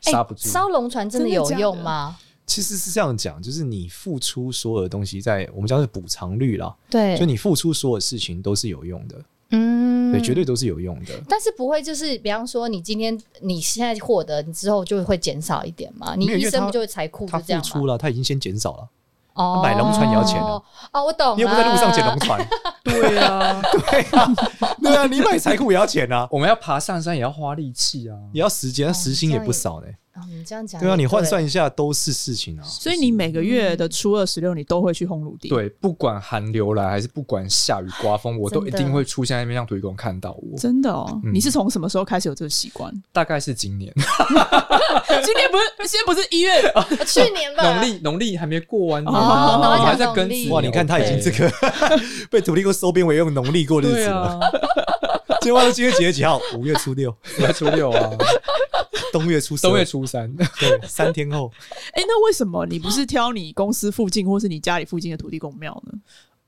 S2: 哎
S4: 刹不住。
S2: 烧龙船真的有用吗？
S3: 其实是这样讲，就是你付出所有的东西在，我们讲是补偿率啦，
S2: 对
S3: 就你付出所有事情都是有用的，
S2: 嗯
S3: 对，绝。对都是有用的。
S2: 但是不会，就是比方说，你今天你现在获得，你之后就会减少一点嘛？你
S3: 没有
S2: 医
S3: 因为
S2: 生
S3: 他
S2: 不就会财库
S3: 他
S2: 就这
S3: 付
S2: 样吗
S3: 出？了，他已经先减少了，
S2: 哦
S3: 买龙船也要钱啊
S2: 哦，哦我懂啊了。
S3: 你又不在路上捡 龙船，
S4: 对啊，
S3: 对啊，对啊，你买财库也要 钱啊，
S4: 我们要爬上山也要花力气啊。
S2: 嗯
S3: 也要时间，时薪
S2: 哦这
S3: 也
S2: 样
S3: 不
S2: 也
S3: 少呢。
S2: 哦。你这样讲也，
S3: 对啊，你换算一下都是事情啊。
S1: 所以你每个月
S2: 嗯
S1: 的初二十六，你都会去烘炉地。，
S4: 对，不管寒流来还是不管下雨刮风，我都
S2: 真
S4: 一
S2: 的
S4: 定会出现在那边让土地公看到我。
S1: 真的哦。
S4: 嗯
S1: 你是从什么时候开始有这个习惯？
S4: 大概是今年
S1: 今天不是，今天不是一月，哎
S2: 啊去 年吧，
S4: 农历农历还没过完年
S1: 哦
S4: 啊，
S1: 那我
S4: 我还
S2: 讲
S4: 在
S2: 农
S4: 跟
S2: 历
S4: 子
S3: 哇，
S4: 牛
S3: 你看他已经这个 被土地公收编为用农历过日
S4: 对
S3: 子了。
S4: 啊，
S3: 今天今月几月几号？五月初六，
S4: 五月初六 啊，
S3: 冬月初十二
S4: 正月初三，
S3: 对，三天后。
S1: 哎、那为什么你不是挑你公司附近或是你家里附近的土地公庙呢？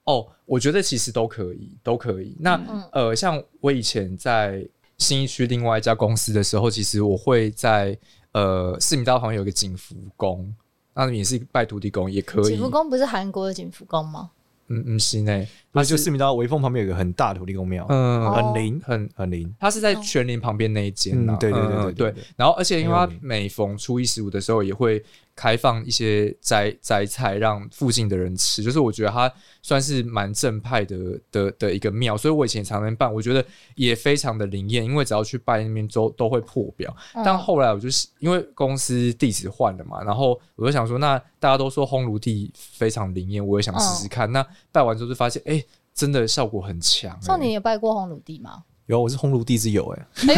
S4: 哦，我觉得其实都可以，都可以。那、
S2: 嗯
S4: 呃，像我以前在新一区另外一家公司的时候，其实我会在呃市民大道旁边有一个景福宫，那也是拜土地公也可以。
S2: 景福宫不是韩国的景福宫吗？
S4: 嗯嗯是呢，
S3: 那就市民大道潍坊旁边有个很大的土地公庙，
S4: 嗯、
S2: 哦
S3: 很灵，
S4: 很。
S3: 很灵。
S4: 它是在全林旁边那一间呐、
S3: 嗯对对对
S4: 嗯
S3: 对对
S4: 对
S3: 对
S4: 然后，而且因为它
S3: 很有名
S4: 每逢初一十五的时候，也会开放一些摘摘菜让附近的人吃，就是我觉得它算是蛮正派的的的一个庙，所以我以前常常办，我觉得也非常的灵验，因为只要去拜那边都都会破表。
S2: 嗯
S4: 但后来我就是因为公司地址换了嘛，然后我就想说，那大家都说烘炉地非常灵验，我也想试试看。那拜完之后就发现，哎、真的效果很强、欸。
S2: 少年也拜过红鲁地吗？
S3: 有，我是烘炉地之友哎、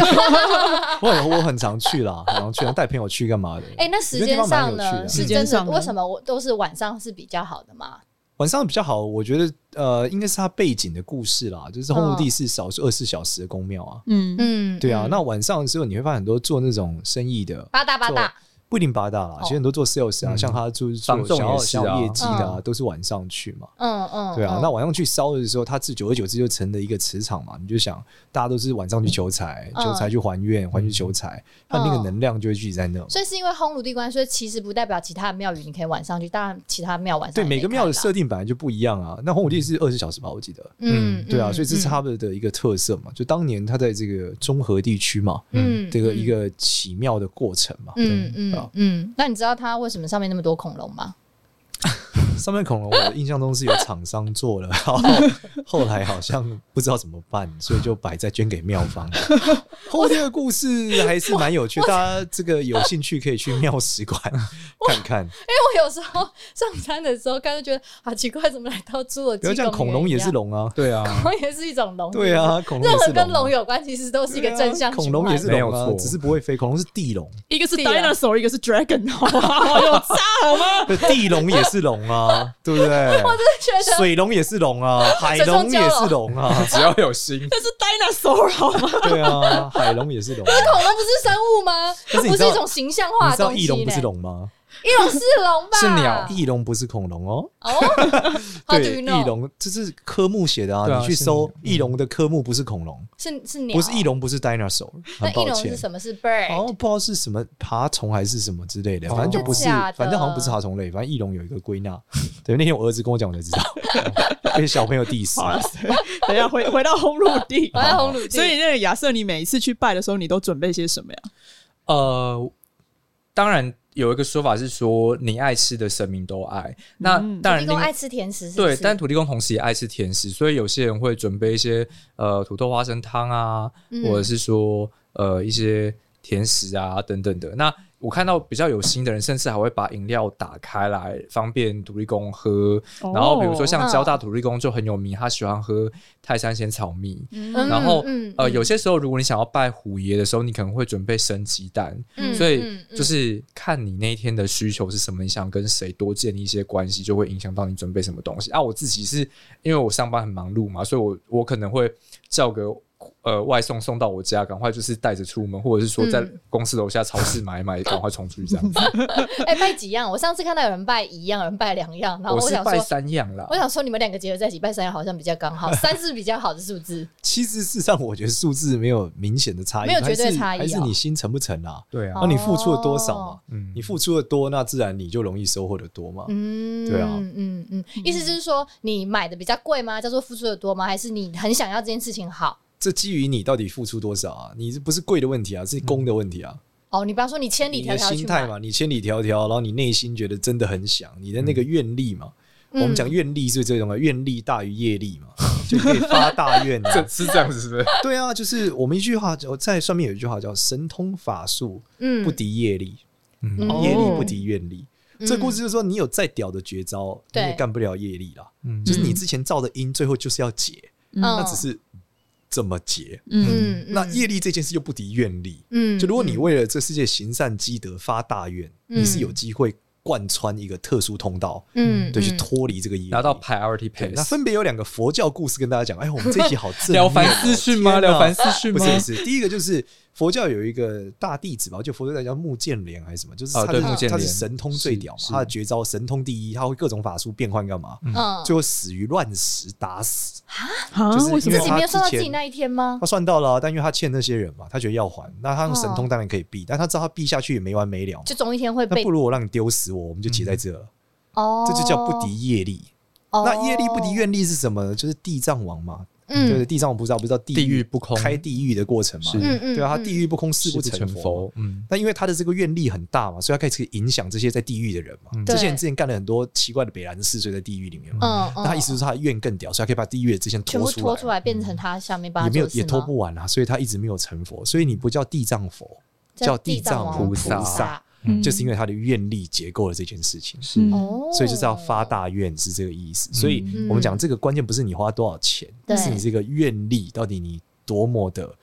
S3: 我很我很常去啦，很常去，带朋友去干嘛的？
S2: 哎、那时间上呢？
S1: 觉得地方
S2: 是
S3: 我
S1: 蛮有趣的
S2: 真
S1: 时间上
S2: 的？
S1: 呢
S2: 为什么我都是晚上是比较好的嘛？
S3: 晚上比较好，我觉得呃，应该是它背景的故事啦，就是烘炉地是少数二十四小时的公庙啊。
S1: 嗯，
S2: 嗯，
S3: 对啊，
S2: 嗯
S3: 那晚上的时候你会发现很多做那种生意的，
S2: 八大哦八大，
S3: 不一定八大啦，其实很多做 sales 啊，
S4: 嗯
S3: 像他就是做
S4: 房仲
S3: 想要
S4: 也是啊
S3: 想要业绩的啊，都是晚上去嘛。
S2: 嗯嗯，
S3: 对啊，
S2: 嗯
S3: 那晚上去烧的时候，它是久而久之就成了一个磁场嘛。你就想，大家都是晚上去求财，
S2: 嗯
S3: 求财去还愿，还去求财，它那个能量就会聚集在那。
S2: 所以是因为烘炉地关，所以其实不代表其他的庙宇你可以晚上去，当然其他庙晚上
S3: 对
S2: 也可以
S3: 每个庙的
S2: 开啦，
S3: 设定本来就不一样啊。那红武帝是二十小时吧，我记得。
S2: 嗯，
S3: 对啊，
S2: 嗯
S3: 所以这是他，们的一个特色嘛。就当年他在这个中和地区嘛，
S2: 嗯
S3: 这个一，个奇妙的过程嘛。
S2: 嗯
S3: 对
S2: 嗯
S3: 啊，
S2: 嗯，那你知道它为什么上面那么多恐龙吗？
S3: 上面恐龙，我印象中是有厂商做了，然 后后来好像不知道怎么办，所以就摆在捐给妙 方。后面的故事还是蛮有趣，大家这个有兴趣可以去妙食 馆看看。
S2: 我有时候上山的时候，看就觉得好奇怪，怎么来到侏罗纪
S3: 不要这样，恐龙也是，龙啊，
S4: 对啊，
S2: 恐龙也是一种龙，
S3: 对啊，恐龙
S2: 任
S3: 也
S2: 何
S3: 是
S2: 跟
S3: 龙
S2: 龙
S3: 啊。
S2: 有关，其实都是一个正向循环。
S3: 对啊恐龙也是
S4: 没有
S3: 龙啊，
S4: 错
S3: 只是不会飞。恐龙是地龙，
S1: 一个是
S2: 地啊
S1: dinosaur，一个是 dragon，好 不
S2: 哎
S1: 好？有差好吗？
S3: 对地龙也是龙 啊，对不对？
S2: 觉 得
S3: 水龙也是龙啊，海
S2: 水中
S3: 龙也
S2: 蛟
S3: 是龙啊，
S4: 只要有心，
S1: 那是 dinosaur 好吗？
S3: 对啊，海龙也是龙啊。
S2: 恐龙不是生物吗？它
S3: 但是你
S2: 不
S3: 知
S2: 是
S3: 道
S2: 一种形象
S3: 你
S2: 化的
S3: 知道
S2: 东西
S3: 翼龙不是
S2: 嘞，
S3: 龙吗？
S2: 翼龙是龙吧？
S4: 是鸟
S3: 翼龙不是恐龙哦。
S2: 哦 ，How do
S3: 对，
S2: you
S3: 翼
S2: know？
S3: 龙这是科目写的
S4: 对
S3: 啊，
S4: 啊
S3: 你去搜
S4: 是
S3: 翼龙的科目不是恐龙，
S2: 是是鸟，
S3: 不是翼。龙，不是 dinosaur，
S2: 那
S3: 很
S2: 翼
S3: 抱
S2: 龙
S3: 歉
S2: 是。
S3: 哦
S2: 什么？是
S3: 好
S2: bird？
S3: 像不知道是什么爬虫还是什么之类的，
S4: 哦
S3: 反正就不是
S2: 真假的，
S3: 反正好像不是爬虫类，反正翼龙有一个归纳。 对，那天我儿子跟我讲，我才 知道，被小朋友 diss。
S1: 好了，等一下回回到烘炉地
S2: 我。在红鲁地，
S1: 所以那个亚瑟，你每一次去拜的时候，你都准备些什么呀？
S4: 呃，当然有一个说法是说，你爱吃的神明都爱。那
S1: 嗯
S2: 一
S4: 当然另，
S2: 共爱吃甜食是不
S4: 对
S2: 是，，
S4: 但土地公同时也爱吃甜食，所以有些人会准备一些呃土豆花生汤啊，
S2: 嗯
S4: 或者是说呃一些甜食啊等等的。那我看到比较有心的人，甚至还会把饮料打开来，方便土地公喝。
S1: 哦
S4: 然后比如说像
S2: 嗯
S4: 交大土地公就很有名，他喜欢喝泰山鲜草蜜。
S2: 嗯
S4: 然后
S2: 嗯
S4: 呃，
S2: 嗯
S4: 有些时候如果你想要拜虎爷的时候，你可能会准备生鸡蛋，
S2: 嗯
S4: 所以
S2: 嗯嗯
S4: 就是看你那一天的需求是什么，你想跟谁多建立一些关系，就会影响到你准备什么东西。啊，我自己是因为我上班很忙碌嘛，所以我我可能会叫个。呃，外送送到我家，赶快就是带着出门，或者是说在
S2: 嗯
S4: 公司楼下超市买一买，赶快冲出去这 样子。
S2: 哎、拜几样？我上次看到有人拜一样，有人拜两样，然后
S4: 我是
S2: 想
S4: 拜
S2: 说，
S3: 啊
S4: 三样啦
S2: 我，想说你们两个结合在一起拜三样好像比较刚好，三是比较好的数字。
S3: 其实事实上，我觉得数字没有明显的差异，
S2: 没有绝对差异
S3: 还是
S2: 哦
S3: 还是你心诚不诚啊？
S4: 对啊
S3: 那、，你付出了多少嘛
S2: 哦？
S4: 嗯，
S3: 你付出的多，那自然你就容易收获的多嘛。
S2: 嗯，
S3: 对啊
S2: 嗯嗯，意思就是说你买的比较贵吗？叫做付出的多吗？还是你很想要这件事情好？
S3: 这基于你到底付出多少啊？你这不是贵的问题啊，是供的问题啊。
S2: 哦，你比方说你千里
S3: 你
S2: 迢
S3: 的
S2: 迢
S3: 心
S2: 去
S3: 态
S2: 买，
S3: 嘛，你千里迢迢，然后你内心觉得真的很想，你的那个愿力嘛。
S2: 嗯
S3: 我们讲愿力是这种啊，愿力大于业力嘛， 就可以发大愿啊。
S4: 这是这样子，是不是？
S3: 对啊，就是我们一句话，我在上面有一句话叫“神通法术
S2: 嗯
S3: 不敌业力，
S4: 嗯
S2: 嗯
S3: 业力
S1: 哦
S3: 不敌愿力”
S2: 嗯
S3: 这故事就是说，你有再屌的绝招，你
S2: 对
S3: 也干不了业力啦。
S4: 嗯，
S3: 就是你之前造的因，最后就是要解，
S1: 嗯
S2: 嗯
S3: 那只是怎么解。
S1: 嗯
S2: 嗯，
S3: 那业力这件事就不敌愿力。
S2: 嗯，
S3: 就如果你为了这世界行善积德发大愿，
S2: 嗯
S3: 你是有机会贯穿一个特殊通道，
S2: 嗯
S3: 对，去脱离这个业力，
S4: 拿到 priority
S3: 对那
S4: pass，
S3: 分别有两个佛教故事跟大家讲。哎，我 们这一集好正面哦
S4: 了凡四训吗？
S3: 天哪
S4: 了凡四训
S3: 不
S4: 吗？
S3: 是不是，第一个就是佛教有一个大弟子吧，就佛教在叫木建连还是什么，就是
S4: 啊
S3: 他
S4: 对
S3: 的、
S4: 木建
S3: 他是
S4: 连
S3: 神通最屌嘛
S4: 是，是
S3: 他的绝招神通第一，他会各种法术变换干嘛，
S2: 嗯，
S3: 最后死于乱石打死。
S1: 啊
S3: 就是
S1: 为什
S3: 因
S1: 么
S3: 为
S2: 自己
S3: 他
S2: 没有
S3: 之
S2: 算到自
S3: 前
S2: 己那一天吗
S3: 他？算到了啊、但因为他欠那些人嘛，他觉得要还，那他用神通
S2: 哦
S3: 当然可以避，但他知道他避下去也没完没了嘛，
S2: 就总有一天会
S3: 那
S2: 被
S3: 不如我让你丢死我，我们就
S4: 嗯
S3: 结在这了，
S2: 哦，
S3: 这就叫不敌业力。
S2: 哦。
S3: 那业力不敌愿力是什么呢？就是地藏王嘛，对
S2: 嗯
S3: 地藏王不知道不知道地
S4: 地狱不空
S3: 开地狱的过程嘛
S4: 是，
S2: 嗯嗯，
S3: 对啊，他
S2: 嗯
S3: 地狱不空，誓不成佛嘛。，
S4: 嗯，
S3: 那因为他的这个愿力很大嘛，所以他可以去影响这些在地狱的人嘛。
S4: 嗯
S3: 这些人
S2: 对
S3: 之前干了很多奇怪的北兰事，所以在地狱里面嘛。
S2: 嗯，
S3: 那他意思
S2: 嗯
S3: 是他的愿更屌，所以他可以把地狱的这些人
S2: 全
S3: 拖
S2: 部
S3: 出
S2: 拖出
S3: 来，嗯
S2: 来变成他下面帮
S3: 也
S2: 他
S3: 没有
S2: 做
S3: 也拖不完啊，所以他一直没有成佛。所以你不叫地藏佛，叫地藏
S2: 王
S3: 菩
S4: 萨
S3: 萨，
S1: 嗯
S3: 就是因为他的愿力结构了这件事情，
S4: 是
S2: 哦，
S3: 嗯所以就是要发大愿是这个意思。所以
S2: 嗯
S3: 我们讲这个关键不是你花多少钱，
S2: 对
S3: 是你这个愿力到底你多么的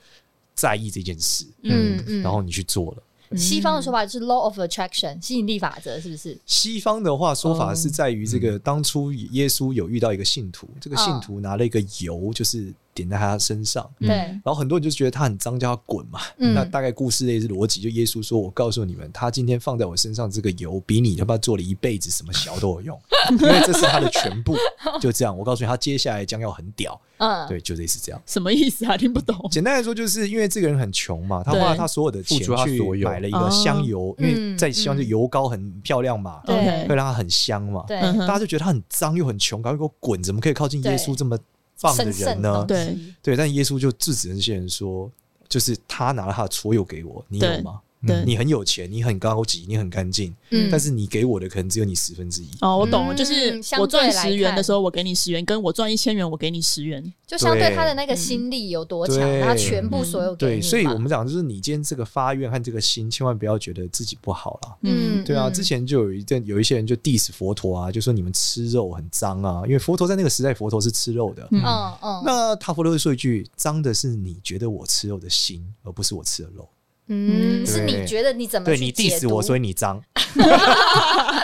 S3: 在意这件事，
S2: 嗯嗯
S3: 然后你去做了。
S2: 西方的说法就是 law of attraction 吸引力法则，是不是？
S3: 西方的话说法是在于这
S2: 嗯
S3: 个，当初耶稣有遇到一个信徒，这个信
S2: 哦
S3: 徒拿了一个油，就是点在他身上，
S4: 嗯
S2: 对，
S3: 然后很多人就觉得他很脏，叫他滚嘛。
S2: 嗯
S3: 那大概故事类似逻辑，就耶稣说：“我告诉你们，他今天放在我身上这个油，比你他妈做了一辈子什么小都 有用，因为这是他的全部。”就这样，我告诉你，他接下来将要很屌。
S2: 嗯，
S3: 对，就类似这样。
S1: 什么意思啊？听不懂。
S3: 简单来说，就是因为这个人很穷嘛，他花了
S1: 对
S3: 他所有的钱
S4: 付出他
S3: 去
S4: 所有
S3: 买了一个香油，因为
S2: 嗯
S3: 在西方就
S2: 嗯
S3: 油膏很漂亮嘛，
S2: 对
S1: OK
S3: 会让它很香嘛。
S2: 对，
S1: 嗯
S3: 大家就觉得他很脏又很穷，赶快给我滚！怎么可以靠近耶稣这么棒的
S2: 神
S3: 人
S2: 圣
S3: 呢？
S2: 东
S1: 对
S2: 西，
S3: 对，但耶稣就制止那些人说，就是他拿了他的所有给我，你有吗？
S1: 对嗯
S3: 你很有钱，你很高级，你很干净，
S2: 嗯
S3: 但是你给我的可能只有你十分之一。
S1: 哦，我懂了，
S2: 嗯
S1: 就是
S2: 相对
S1: 我赚
S2: 来
S1: 十元的
S2: 看
S1: 时候，我给你十元；跟我赚一千元，我给你十元。
S2: 就相对
S3: 对
S2: 他的那个心力有多强，
S3: 对
S2: 他全部所有给
S3: 对，
S2: 你吧。
S3: 所以我们讲就是你今天这个发愿和这个心，千万不要觉得自己不好啦。
S2: 嗯，
S3: 对啊，
S2: 嗯
S3: 之前就有一阵有一些人就 diss 佛陀啊，就说你们吃肉很脏啊，因为佛陀在那个时代，佛陀是吃肉的。
S1: 嗯
S2: 嗯嗯，
S3: 那他佛陀会说一句：“脏的是你觉得我吃肉的心，而不是我吃的肉。
S2: 嗯，
S1: 对
S2: 是你觉得你怎么
S3: 对
S2: 去
S3: 你
S2: 解
S3: diss
S2: 读
S3: 我，所以 你脏。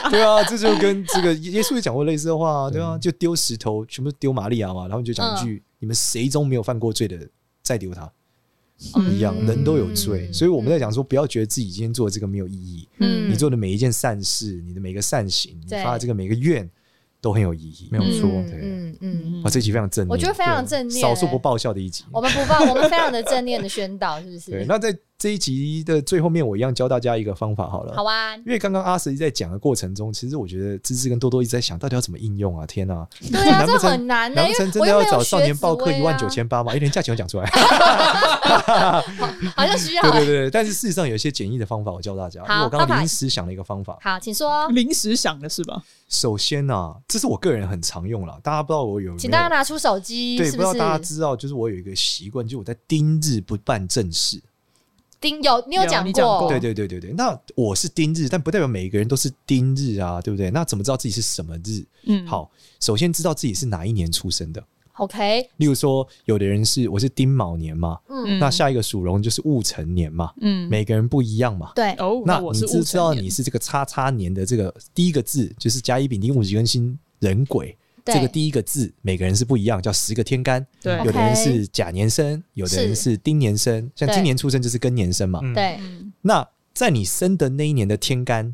S3: 对啊，这就跟这个耶稣也讲过类似的话啊，对啊，就丢石头，全部丢玛利亚嘛，然后你就
S2: 嗯
S3: 讲一句：你们谁中没有犯过罪的，再丢他。一样，
S2: 嗯
S3: 人都有罪，所以我们在讲说，不要觉得自己今天做的这个没有意义，
S2: 嗯
S3: 你做的每一件善事，你的每个善行，你
S2: 对
S3: 发的这个每个愿，都很有意义。
S4: 没有错
S3: 对，
S2: 嗯嗯嗯，
S3: 啊，这集非常正面，
S2: 我觉得非常正面
S3: 少数
S2: 欸
S3: 不爆笑的一集。
S2: 我们不报，我们非常的正念的宣导，是不
S3: 对，
S2: 是？
S3: 那在这一集的最后面，我一样教大家一个方法好了。
S2: 好啊，
S3: 因为刚刚阿石一直在讲的过程中，其实我觉得芝芝跟多多一直在想到底要怎么应用啊！天啊，
S2: 对啊，
S3: 难
S2: 这
S3: 不成
S2: 很难的，
S3: 难
S2: 因
S3: 不
S2: 为
S3: 成真
S2: 我
S3: 的
S2: 又
S3: 要
S2: 没有
S3: 找少年
S2: 学
S3: 报
S2: 紫
S3: 课
S2: 薇
S3: 一
S2: 啊
S3: 万九千八吗？哎，连价钱都讲出来，
S2: 好像需要
S3: 对。对对，但是事实上有一些简易的方法，我教大家。因为我刚刚临时想了一个方法。
S2: 好，请说，
S1: 临时想的是吧？
S3: 首先呢、这是我个人很常用了，大家不知道我有没有？
S2: 请大家拿出手机，
S3: 对，
S2: 是
S3: 不知道
S2: 是？
S3: 大家知道，就是我有一个习惯，就是我在丁日不办正事。
S2: 丁有你有
S1: 有
S2: 讲
S1: 你讲过
S3: 对对对对对，那我是丁日，但不代表每一个人都是丁日啊，对不对？那怎么知道自己是什么日？
S1: 嗯，，
S3: 好，首先知道自己是哪一年出生的。
S2: ，OK，
S3: 例如说，有的人是我是丁卯年嘛，
S2: 嗯，
S3: 那下一个属龙就是戊辰年嘛，
S1: 嗯，
S3: 每个人不一样嘛。
S2: 对，
S1: 哦，
S3: 那
S1: 我
S3: 你
S1: 是
S3: 知不
S1: 戊
S3: 知道
S1: 辰
S3: 你
S1: 年，
S3: 是这个叉叉年的这个第一个字就是甲乙丙丁戊己庚辛壬癸，
S2: 对
S3: 这个第一个字每个人是不一样，叫十个天干。
S1: 对
S3: 有的人
S2: OK
S3: 是甲年生，有的人
S2: 是
S3: 是丁年生，像
S2: 对
S3: 今年出生就是庚年生嘛。
S4: 嗯
S2: 对，
S1: 嗯
S3: 那在你生的那一年的天干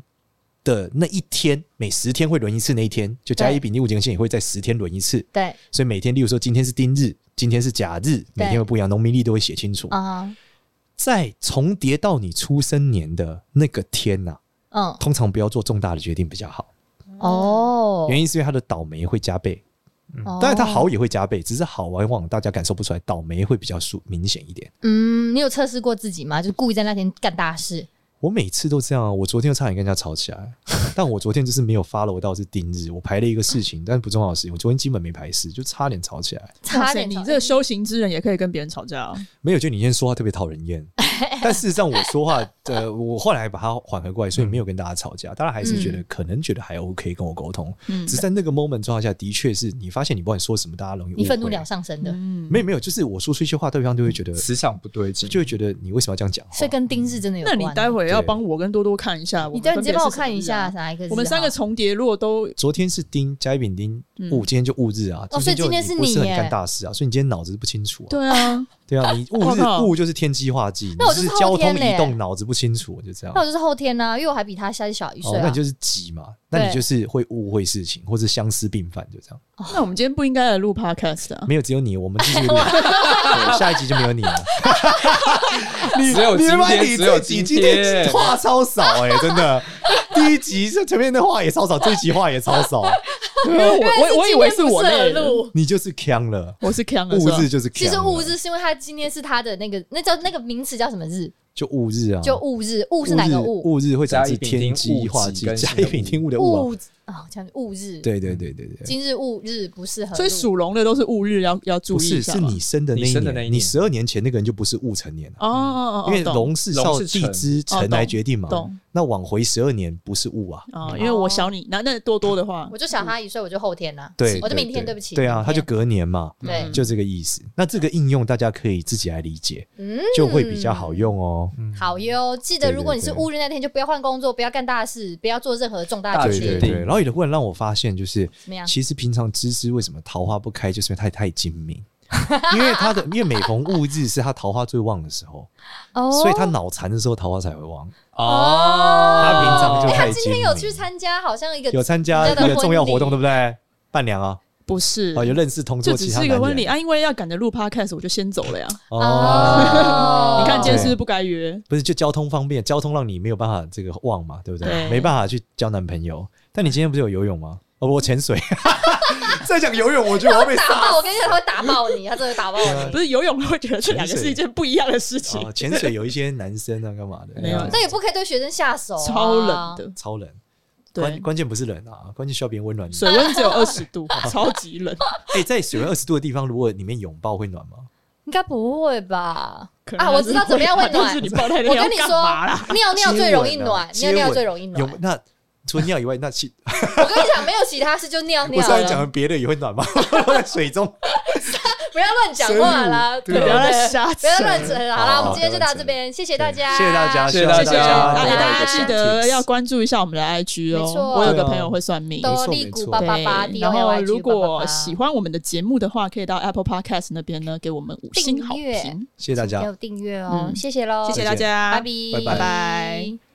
S3: 的那一天，每十天会轮一次那一天，就甲乙丙丁戊己庚辛也会在十天轮一次，
S2: 对，
S3: 所以每天，例如说今天是丁日，今天是甲日，每天会不一样，农民历都会写清楚。
S2: 啊，
S3: 在重叠到你出生年的那个天呐、
S2: 嗯，
S3: 通常不要做重大的决定比较好，
S2: 哦，
S3: 原因是因为它的倒霉会加倍，
S2: 哦
S3: 当然它好，也会加倍，只是好往往大家感受不出来，倒霉会比较数明显一点。
S2: 嗯，你有测试过自己吗？就故意在那天干大事，
S3: 我每次都这样啊，我昨天又差点跟人家吵起来， 但我昨天就是没有 follow 到是丁日，我排了一个事情，但是不重要的事情，我昨天基本没排事，就差点吵起来。
S1: 哇
S2: 差
S1: 塞，
S2: 点
S1: 你
S2: 吵
S1: 这个修行之人也可以跟别人吵架啊，
S3: 没有，就你今天说话特别讨人 厌，但事实上我说话，呃，我后来把它缓和过来，所以没有跟大家吵架，大家还是
S2: 嗯
S3: 觉得、可能觉得还 OK 跟我沟通，
S1: 嗯
S3: 只是在那个 moment 状态下，的确是你发现你不管说什么，大家容易误会
S2: 你愤怒了上升的，
S1: 嗯，
S3: 没有没有，就是我说出一些话，对方就会觉得
S4: 磁场不对劲，
S3: 就会觉得你为什么要这样讲话？
S2: 所以跟丁日真的有
S1: 那
S2: 关。
S1: 你待会要
S3: 对
S1: 帮我跟多多看一下，我
S2: 你
S1: 们
S2: 待会
S1: 分
S2: 你再
S1: 别
S2: 帮我
S1: 是什么
S2: 看一
S1: 日啊
S2: 下哪一个字？
S1: 我们三个
S2: 好
S1: 重叠，如果都
S3: 昨天是丁甲乙丙丁戊，今天就戊日啊，
S2: 嗯哦所以
S3: 就
S2: 今天是
S3: 不适合
S2: 你耶
S3: 干大事啊，所以你今天脑子不清楚啊，
S1: 对啊，
S3: 对啊，你
S2: 哦
S3: 戊
S1: 我
S3: 日
S1: 靠
S3: 戊就是天机化忌，
S2: 那我就
S3: 你
S2: 是是后
S3: 交通
S2: 天嘞
S3: 移动脑子不清楚，就这样
S2: 那。我就是后天呢，因为我还比他下小一岁
S3: 哦，那
S2: 啊
S3: 你。就是急嘛，那你
S2: 对
S3: 就是会误会事情，或是相思病犯，就这样。
S1: 那我们今天不应该来录 podcast
S2: 哦
S1: 啊。
S3: 没有，只有你，我们继 续聊。对下一集就没有 你了。
S4: 只哎有今
S3: 他妈
S4: 天，只有
S3: 这集
S4: 今天，
S3: 话超少哎、真的。 第一集这前面的话也超少，这一集话也超少，
S1: 因为我我我以为是
S2: 是
S1: 我累了，
S2: 录。
S3: 你就是呛了。
S1: 我是强的
S3: 戊
S1: 是吧
S3: 日就是呛
S2: 其
S3: 了，
S2: 实戊日是因为他今天是他的那个，那叫那个名词叫什么日？
S3: 就戊日啊，
S2: 就戊日，戊是哪个戊？
S3: 戊日会导致天机化忌，
S4: 甲
S3: 甲
S4: 乙
S3: 乙
S4: 丙
S3: 丙
S4: 丁
S3: 丁戊的戊啊。
S2: 戊啊，讲戊日。，
S3: 对对对对对，
S2: 今日戊日不适合录。
S1: 所以属龙的都是戊日要要注
S3: 不
S1: 意一
S3: 是
S1: 下
S3: 是
S1: 吧。
S3: 你生的那
S4: 你
S3: 一
S4: 生的那一
S3: 年，
S4: 年
S3: 你十二年前那个人就不是戊辰年了。
S1: 哦哦哦，
S3: 因为
S1: 懂
S3: 龙是照
S4: 龙是
S3: 地
S4: 辰
S3: 支
S1: 哦
S3: 辰
S1: 懂
S3: 来决定嘛
S1: 懂，
S3: 那往回十二年不是戊啊，
S1: 哦，因为我小你，那那多多的话
S2: 我，就小他一岁，我就后天啦。
S3: 对，
S2: 我就明天，
S3: 对
S2: 对不起。
S3: 对啊
S2: 明，天嗯
S3: 它就隔年嘛，
S2: 对，
S3: 就这个意思。那这个应用大家可以自己来理解，
S2: 嗯，
S3: 就会比较好。用哦。
S2: 好哟，记得
S3: 对对
S2: 如果你是
S3: 对
S2: 戊日那天，就不要换工作，不要干大事，不要做任何重大
S4: 大
S2: 决
S3: 对
S4: 决
S2: 定
S3: 对，
S4: 定
S3: 对，然后也忽然让我发现，就是
S2: 怎么样？
S3: 其实平常芝芝为什么桃花不开，就是因为她太精明。因为她的，因为每逢戊日是她桃花最旺的时候，
S2: 哦
S3: 所以她脑残的时候桃花才会旺。
S4: 哦，
S3: 他平常就
S2: 哎
S3: 太
S2: 他今
S3: 精
S2: 天
S3: 明。
S2: 有去参加，好像一个
S3: 有参加一
S2: 人家的
S3: 个重要活
S2: 婚
S3: 动，对
S2: 礼
S3: 不对？伴娘啊，
S1: 不是
S3: 哦，有认识同
S1: 这
S3: 桌
S1: 只
S3: 其他
S1: 是一
S3: 男
S1: 个
S3: 人
S1: 婚礼啊，因为要赶着录 podcast，我就先走了呀。
S3: 哦。
S1: 你看今天
S3: 对
S1: 是不是不该约？
S3: 不是，就交通方便，交通让你没有办法这个忘嘛，对不对？
S1: 对
S3: 没办法去交男朋友。但你今天不是有游泳吗？哦，不我潜水。 再讲游泳，我觉得我要被
S2: 打
S3: 杀。
S2: 爆！ 我跟你讲，他会打爆你，他真的打爆你。
S1: 不是游泳会觉得这两个
S3: 潜水
S1: 是一件不一样的事 情，
S3: 哦，潜水有一些男生啊，干嘛的？
S1: 没有
S3: 哎呀
S2: 那也不可以对学生下手 啊，
S1: 超冷的。
S3: 超冷。关
S1: 对，
S3: 关键不是冷啊，关键需要别人温暖你。
S1: 水温只有二十 度，超级 冷。
S3: 哎，在水温二十度的地方，如果里面拥抱会暖吗？
S2: 应该不会吧？
S1: 可能
S2: 啊，我知道怎么样会
S1: 但
S2: 暖
S1: 是。你抱太
S2: 我
S1: 累要
S2: 跟你
S1: 干
S2: 说
S1: 嘛啦？，
S2: 尿尿最容易暖，
S3: 接
S2: 尿
S3: 吻啊
S2: 尿最容易暖
S3: 有。那除了尿以外，那其
S2: 我跟你讲，没有其他事，就尿
S3: 我
S2: 尿
S3: 上次讲
S2: 了
S3: 的。别的也会暖吗？ 在水中。
S2: 不要乱讲话啦，
S4: 深入
S3: 啊
S4: 对
S1: 不要
S2: 对
S1: 再瞎
S2: 不
S1: 扯
S2: 要乱扯。好啦，
S3: 好
S2: 我们今天就到这边，谢谢大家，
S3: 谢谢大家，
S4: 谢
S3: 希
S4: 谢
S3: 望
S4: 大
S1: 谢
S4: 家
S1: 谢大家，
S4: 大家
S1: 大家
S2: 多
S1: 记得要关注一下我们的 IG
S2: 没
S1: 哦
S2: 错。
S1: 我有个朋友会算命，
S2: 多利古八八八
S1: 对，
S2: D
S1: 然
S2: O L
S1: 后
S2: I
S1: 如果喜欢我们的节目的话，可以到 Apple Podcast 那边呢给我们五星好
S2: 订阅
S1: 评。
S3: 谢谢大家
S2: 要。订阅哦，
S1: 嗯
S2: 谢谢喽，
S1: 谢谢大家，
S2: 拜
S3: 拜
S1: 拜拜